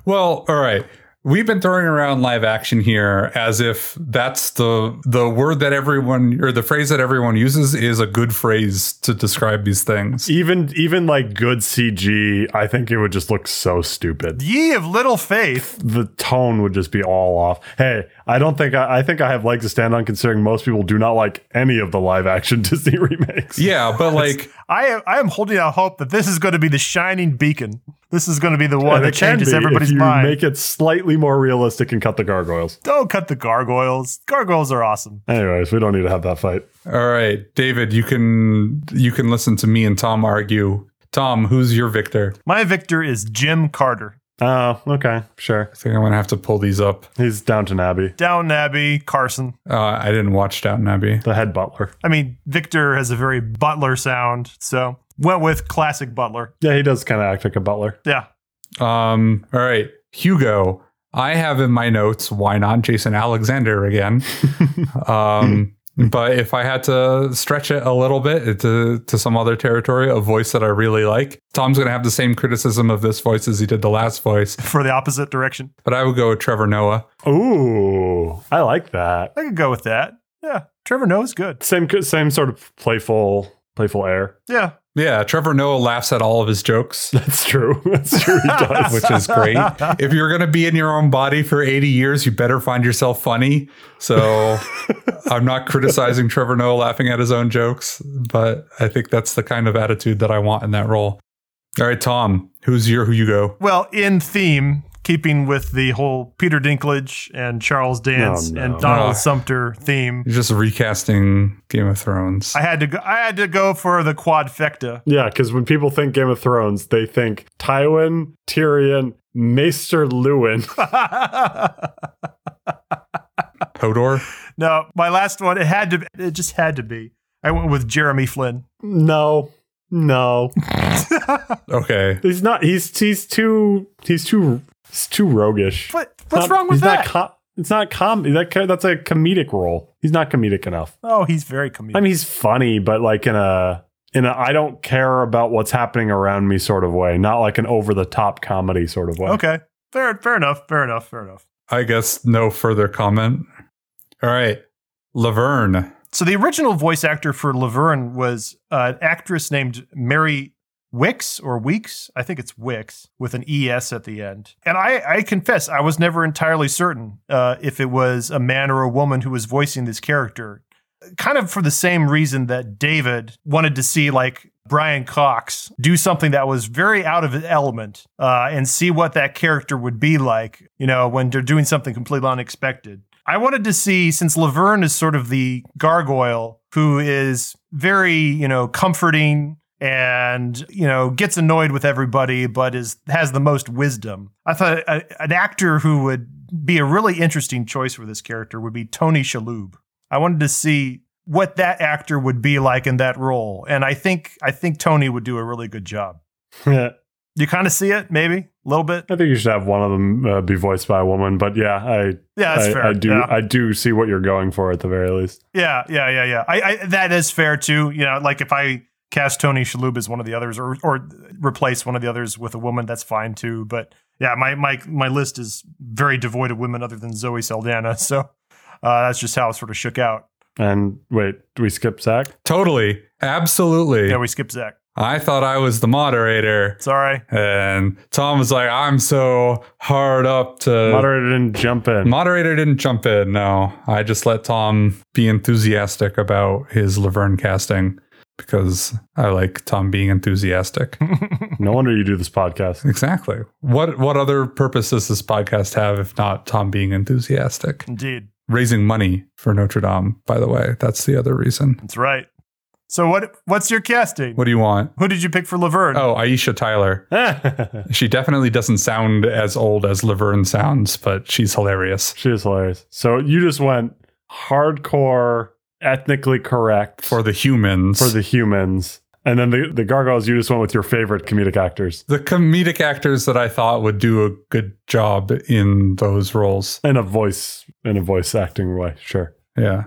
Well, all right. We've been throwing around live action here as if that's the the word that everyone or the phrase that everyone uses is a good phrase to describe these things.
even even like good CG, I think it would just look so stupid.
Ye of little faith.
The tone would just be all off. Hey, I don't think I, I think I have legs to stand on considering most people do not like any of the live action Disney remakes.
Yeah, but like
I am, I am holding out hope that this is going to be the shining beacon. This is going to be the one
And
that
it can
changes
be
everybody's
if you
mind.
Make it slightly more realistic and cut the gargoyles.
Don't cut the gargoyles. Gargoyles are awesome.
Anyways, we don't need to have that fight.
All right, David, you can you can listen to me and Tom argue. Tom, who's your victor?
My victor is Jim Carter.
Oh, okay, sure.
I think I'm gonna have to pull these up.
He's Downton Abbey,
Down Abbey, Carson.
Uh, I didn't watch Downton Abbey.
the head butler.
I mean, Victor has a very butler sound, so went with classic butler.
Yeah, he does kind of act like a butler.
Yeah.
Um, all right, Hugo. I have in my notes why not Jason Alexander again. um, but if I had to stretch it a little bit to to some other territory, a voice that I really like, Tom's gonna have the same criticism of this voice as he did the last voice.
For the opposite direction.
But I would go with Trevor Noah.
Ooh, I like that.
I could go with that. Yeah. Trevor Noah's good.
Same same sort of playful playful air.
Yeah.
Yeah, Trevor Noah laughs at all of his jokes,
That's true. That's true. He does.
which is great. if you're going to be in your own body for 80 years, you better find yourself funny. So I'm not criticizing Trevor Noah laughing at his own jokes, but I think that's the kind of attitude that I want in that role. All right, Tom, who's your who you go?
Well, in theme, keeping with the whole Peter Dinklage and Charles Dance
no.
and Donald
Ah.
Sumter theme,
You're just recasting Game of Thrones.
I had to go, I had to go for the quadfecta.
Yeah, because when people think Game of Thrones, they think Tywin, Tyrion, Maester Lewin.
Hodor?
no, my last one. It had to. It just had to be. I went with Jeremy Flynn.
No, no,
Okay.
he's not. He's he's too he's too he's too roguish.
What? What's
Not-
wrong with
he's
that?
Not com- it's not comedy. That ca- that's a comedic role. He's not comedic enough.
oh, he's very comedic.
I mean, he's funny, but like in a in a I don't care about what's happening around me sort of way. Not like an over the top comedy sort of way.
okay, fair, fair enough, fair enough, fair enough.
I guess no further comment. All right. Laverne.
So the original voice actor for Laverne was uh, an actress named Mary Wicks or Weeks. I think it's Wicks with an ES at the end. And I, I confess, I was never entirely certain uh, if it was a man or a woman who was voicing this character. Kind of for the same reason that David wanted to see, like, Brian Cox do something that was very out of his element uh, and see what that character would be like, you know, when they're doing something completely unexpected. I wanted to see since Laverne is sort of the gargoyle who is very, you know, comforting and you know gets annoyed with everybody but is has the most wisdom. I thought a, an actor who would be a really interesting choice for this character would be Tony Shalhoub. I wanted to see what that actor would be like in that role and I think I think Tony would do a really good job.
I
You kind of see it maybe a little bit.
think you should have one of them uh, be voiced by a woman. But yeah, I
Yeah, that's
I,
fair.
I do
Yeah.
I do see what you're going for at the very least.
Yeah, yeah, yeah, yeah. I, I that is fair too. You know, like if I cast Tony Shalhoub as one of the others, or or replace one of the others with a woman, that's fine too. But yeah, my my my list is very devoid of women other than Zoe Saldana. So uh, that's just how it sort of shook out.
And wait, do we skip Zach?
Totally. Absolutely.
Yeah, we skipped Zach.
I thought I was the moderator.
Sorry.
And Tom was like, I'm so hard up to.
Moderator didn't jump in.
Moderator didn't jump in. No, I just let Tom be enthusiastic about his Laverne casting because I like Tom being enthusiastic.
no wonder you do this podcast.
exactly. What what other purpose does this podcast have if not Tom being enthusiastic?
Indeed,
Raising money for Notre Dame, by the way. That's the other reason.
that's right. So what what's your casting?
What do you want?
Who did you pick for Laverne?
Oh, Aisha Tyler. She definitely doesn't sound as old as Laverne sounds, but she's hilarious.
she is hilarious. So you just went hardcore, ethnically correct
For the humans.
for the humans. And then the, the gargoyles, you just went with your favorite comedic actors
the comedic actors that I thought would do a good job in those roles.
in a voice in a voice acting way. Sure.
Yeah.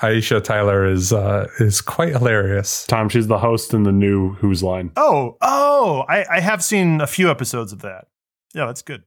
Aisha Tyler is uh, is quite hilarious.
Tom, she's the host in the new Who's Line.
Oh, oh, I, I have seen a few episodes of that. Yeah, that's good.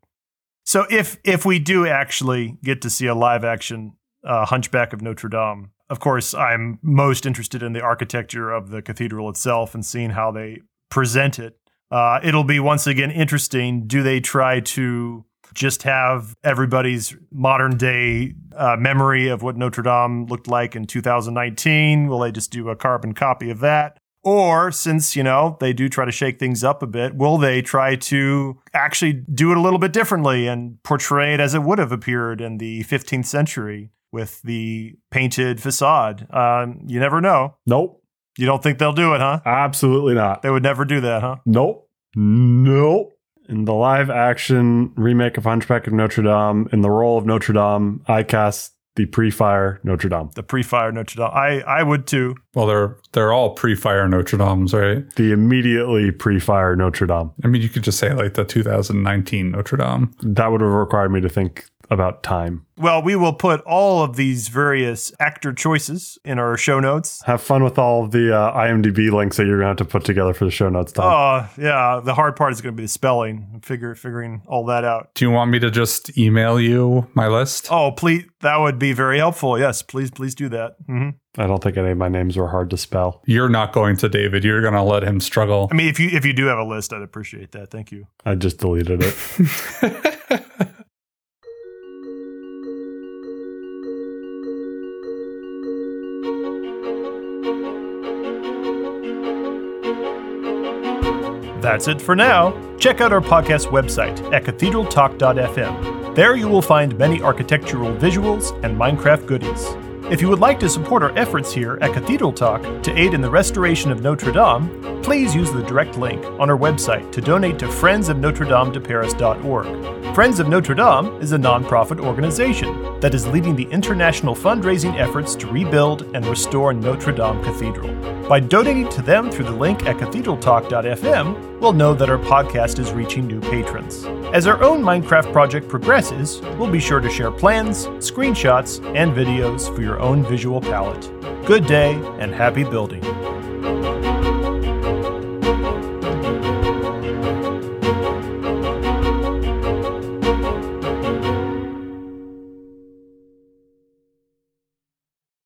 So if if we do actually get to see a live action uh, Hunchback of Notre Dame, of course, I'm most interested in the architecture of the cathedral itself and seeing how they present it. Uh, it'll be once again interesting. Do they try to just have everybody's modern day uh, memory of what Notre Dame looked like in 2019? Will they just do a carbon copy of that? Or since, you know, they do try to shake things up a bit, will they try to actually do it a little bit differently and portray it as it would have appeared in the 15th century with the painted facade? Um, you never know.
Nope.
You don't think they'll do it, huh?
Absolutely not.
They would never do that, huh?
Nope. Nope. In the live action remake of Hunchback of Notre Dame, in the role of Notre Dame, I cast the pre fire Notre Dame.
The pre-fire Notre Dame. I, I would too.
Well, they're they're all pre-fire Notre Dames, right?
The immediately pre fire Notre Dame.
I mean, you could just say like the 2019 Notre Dame.
That would have required me to think about time.
Well, we will put all of these various actor choices in our show notes.
Have fun with all of the uh, IMDb links that you're going to have to put together for the show notes, Tom.
Oh, yeah. The hard part is going to be the spelling, figure figuring all that out.
Do you want me to just email you my list?
Oh, please, that would be very helpful. Yes, please, please do that. hmm
I don't think any of my names were hard to spell.
You're not going to David. You're going to let him struggle.
I mean, if you if you do have a list, I'd appreciate that. Thank you.
I just deleted it.
That's it for now. Check out our podcast website at cathedraltalk.fm. There you will find many architectural visuals and Minecraft goodies. If you would like to support our efforts here at Cathedral Talk to aid in the restoration of Notre Dame, please use the direct link on our website to donate to Friends of Notre Dame de Paris.org. Friends of Notre Dame is a nonprofit organization that is leading the international fundraising efforts to rebuild and restore Notre Dame Cathedral. By donating to them through the link at cathedraltalk.fm, we'll know that our podcast is reaching new patrons. As our own Minecraft project progresses, we'll be sure to share plans, screenshots, and videos for your own visual palette. Good day and happy building.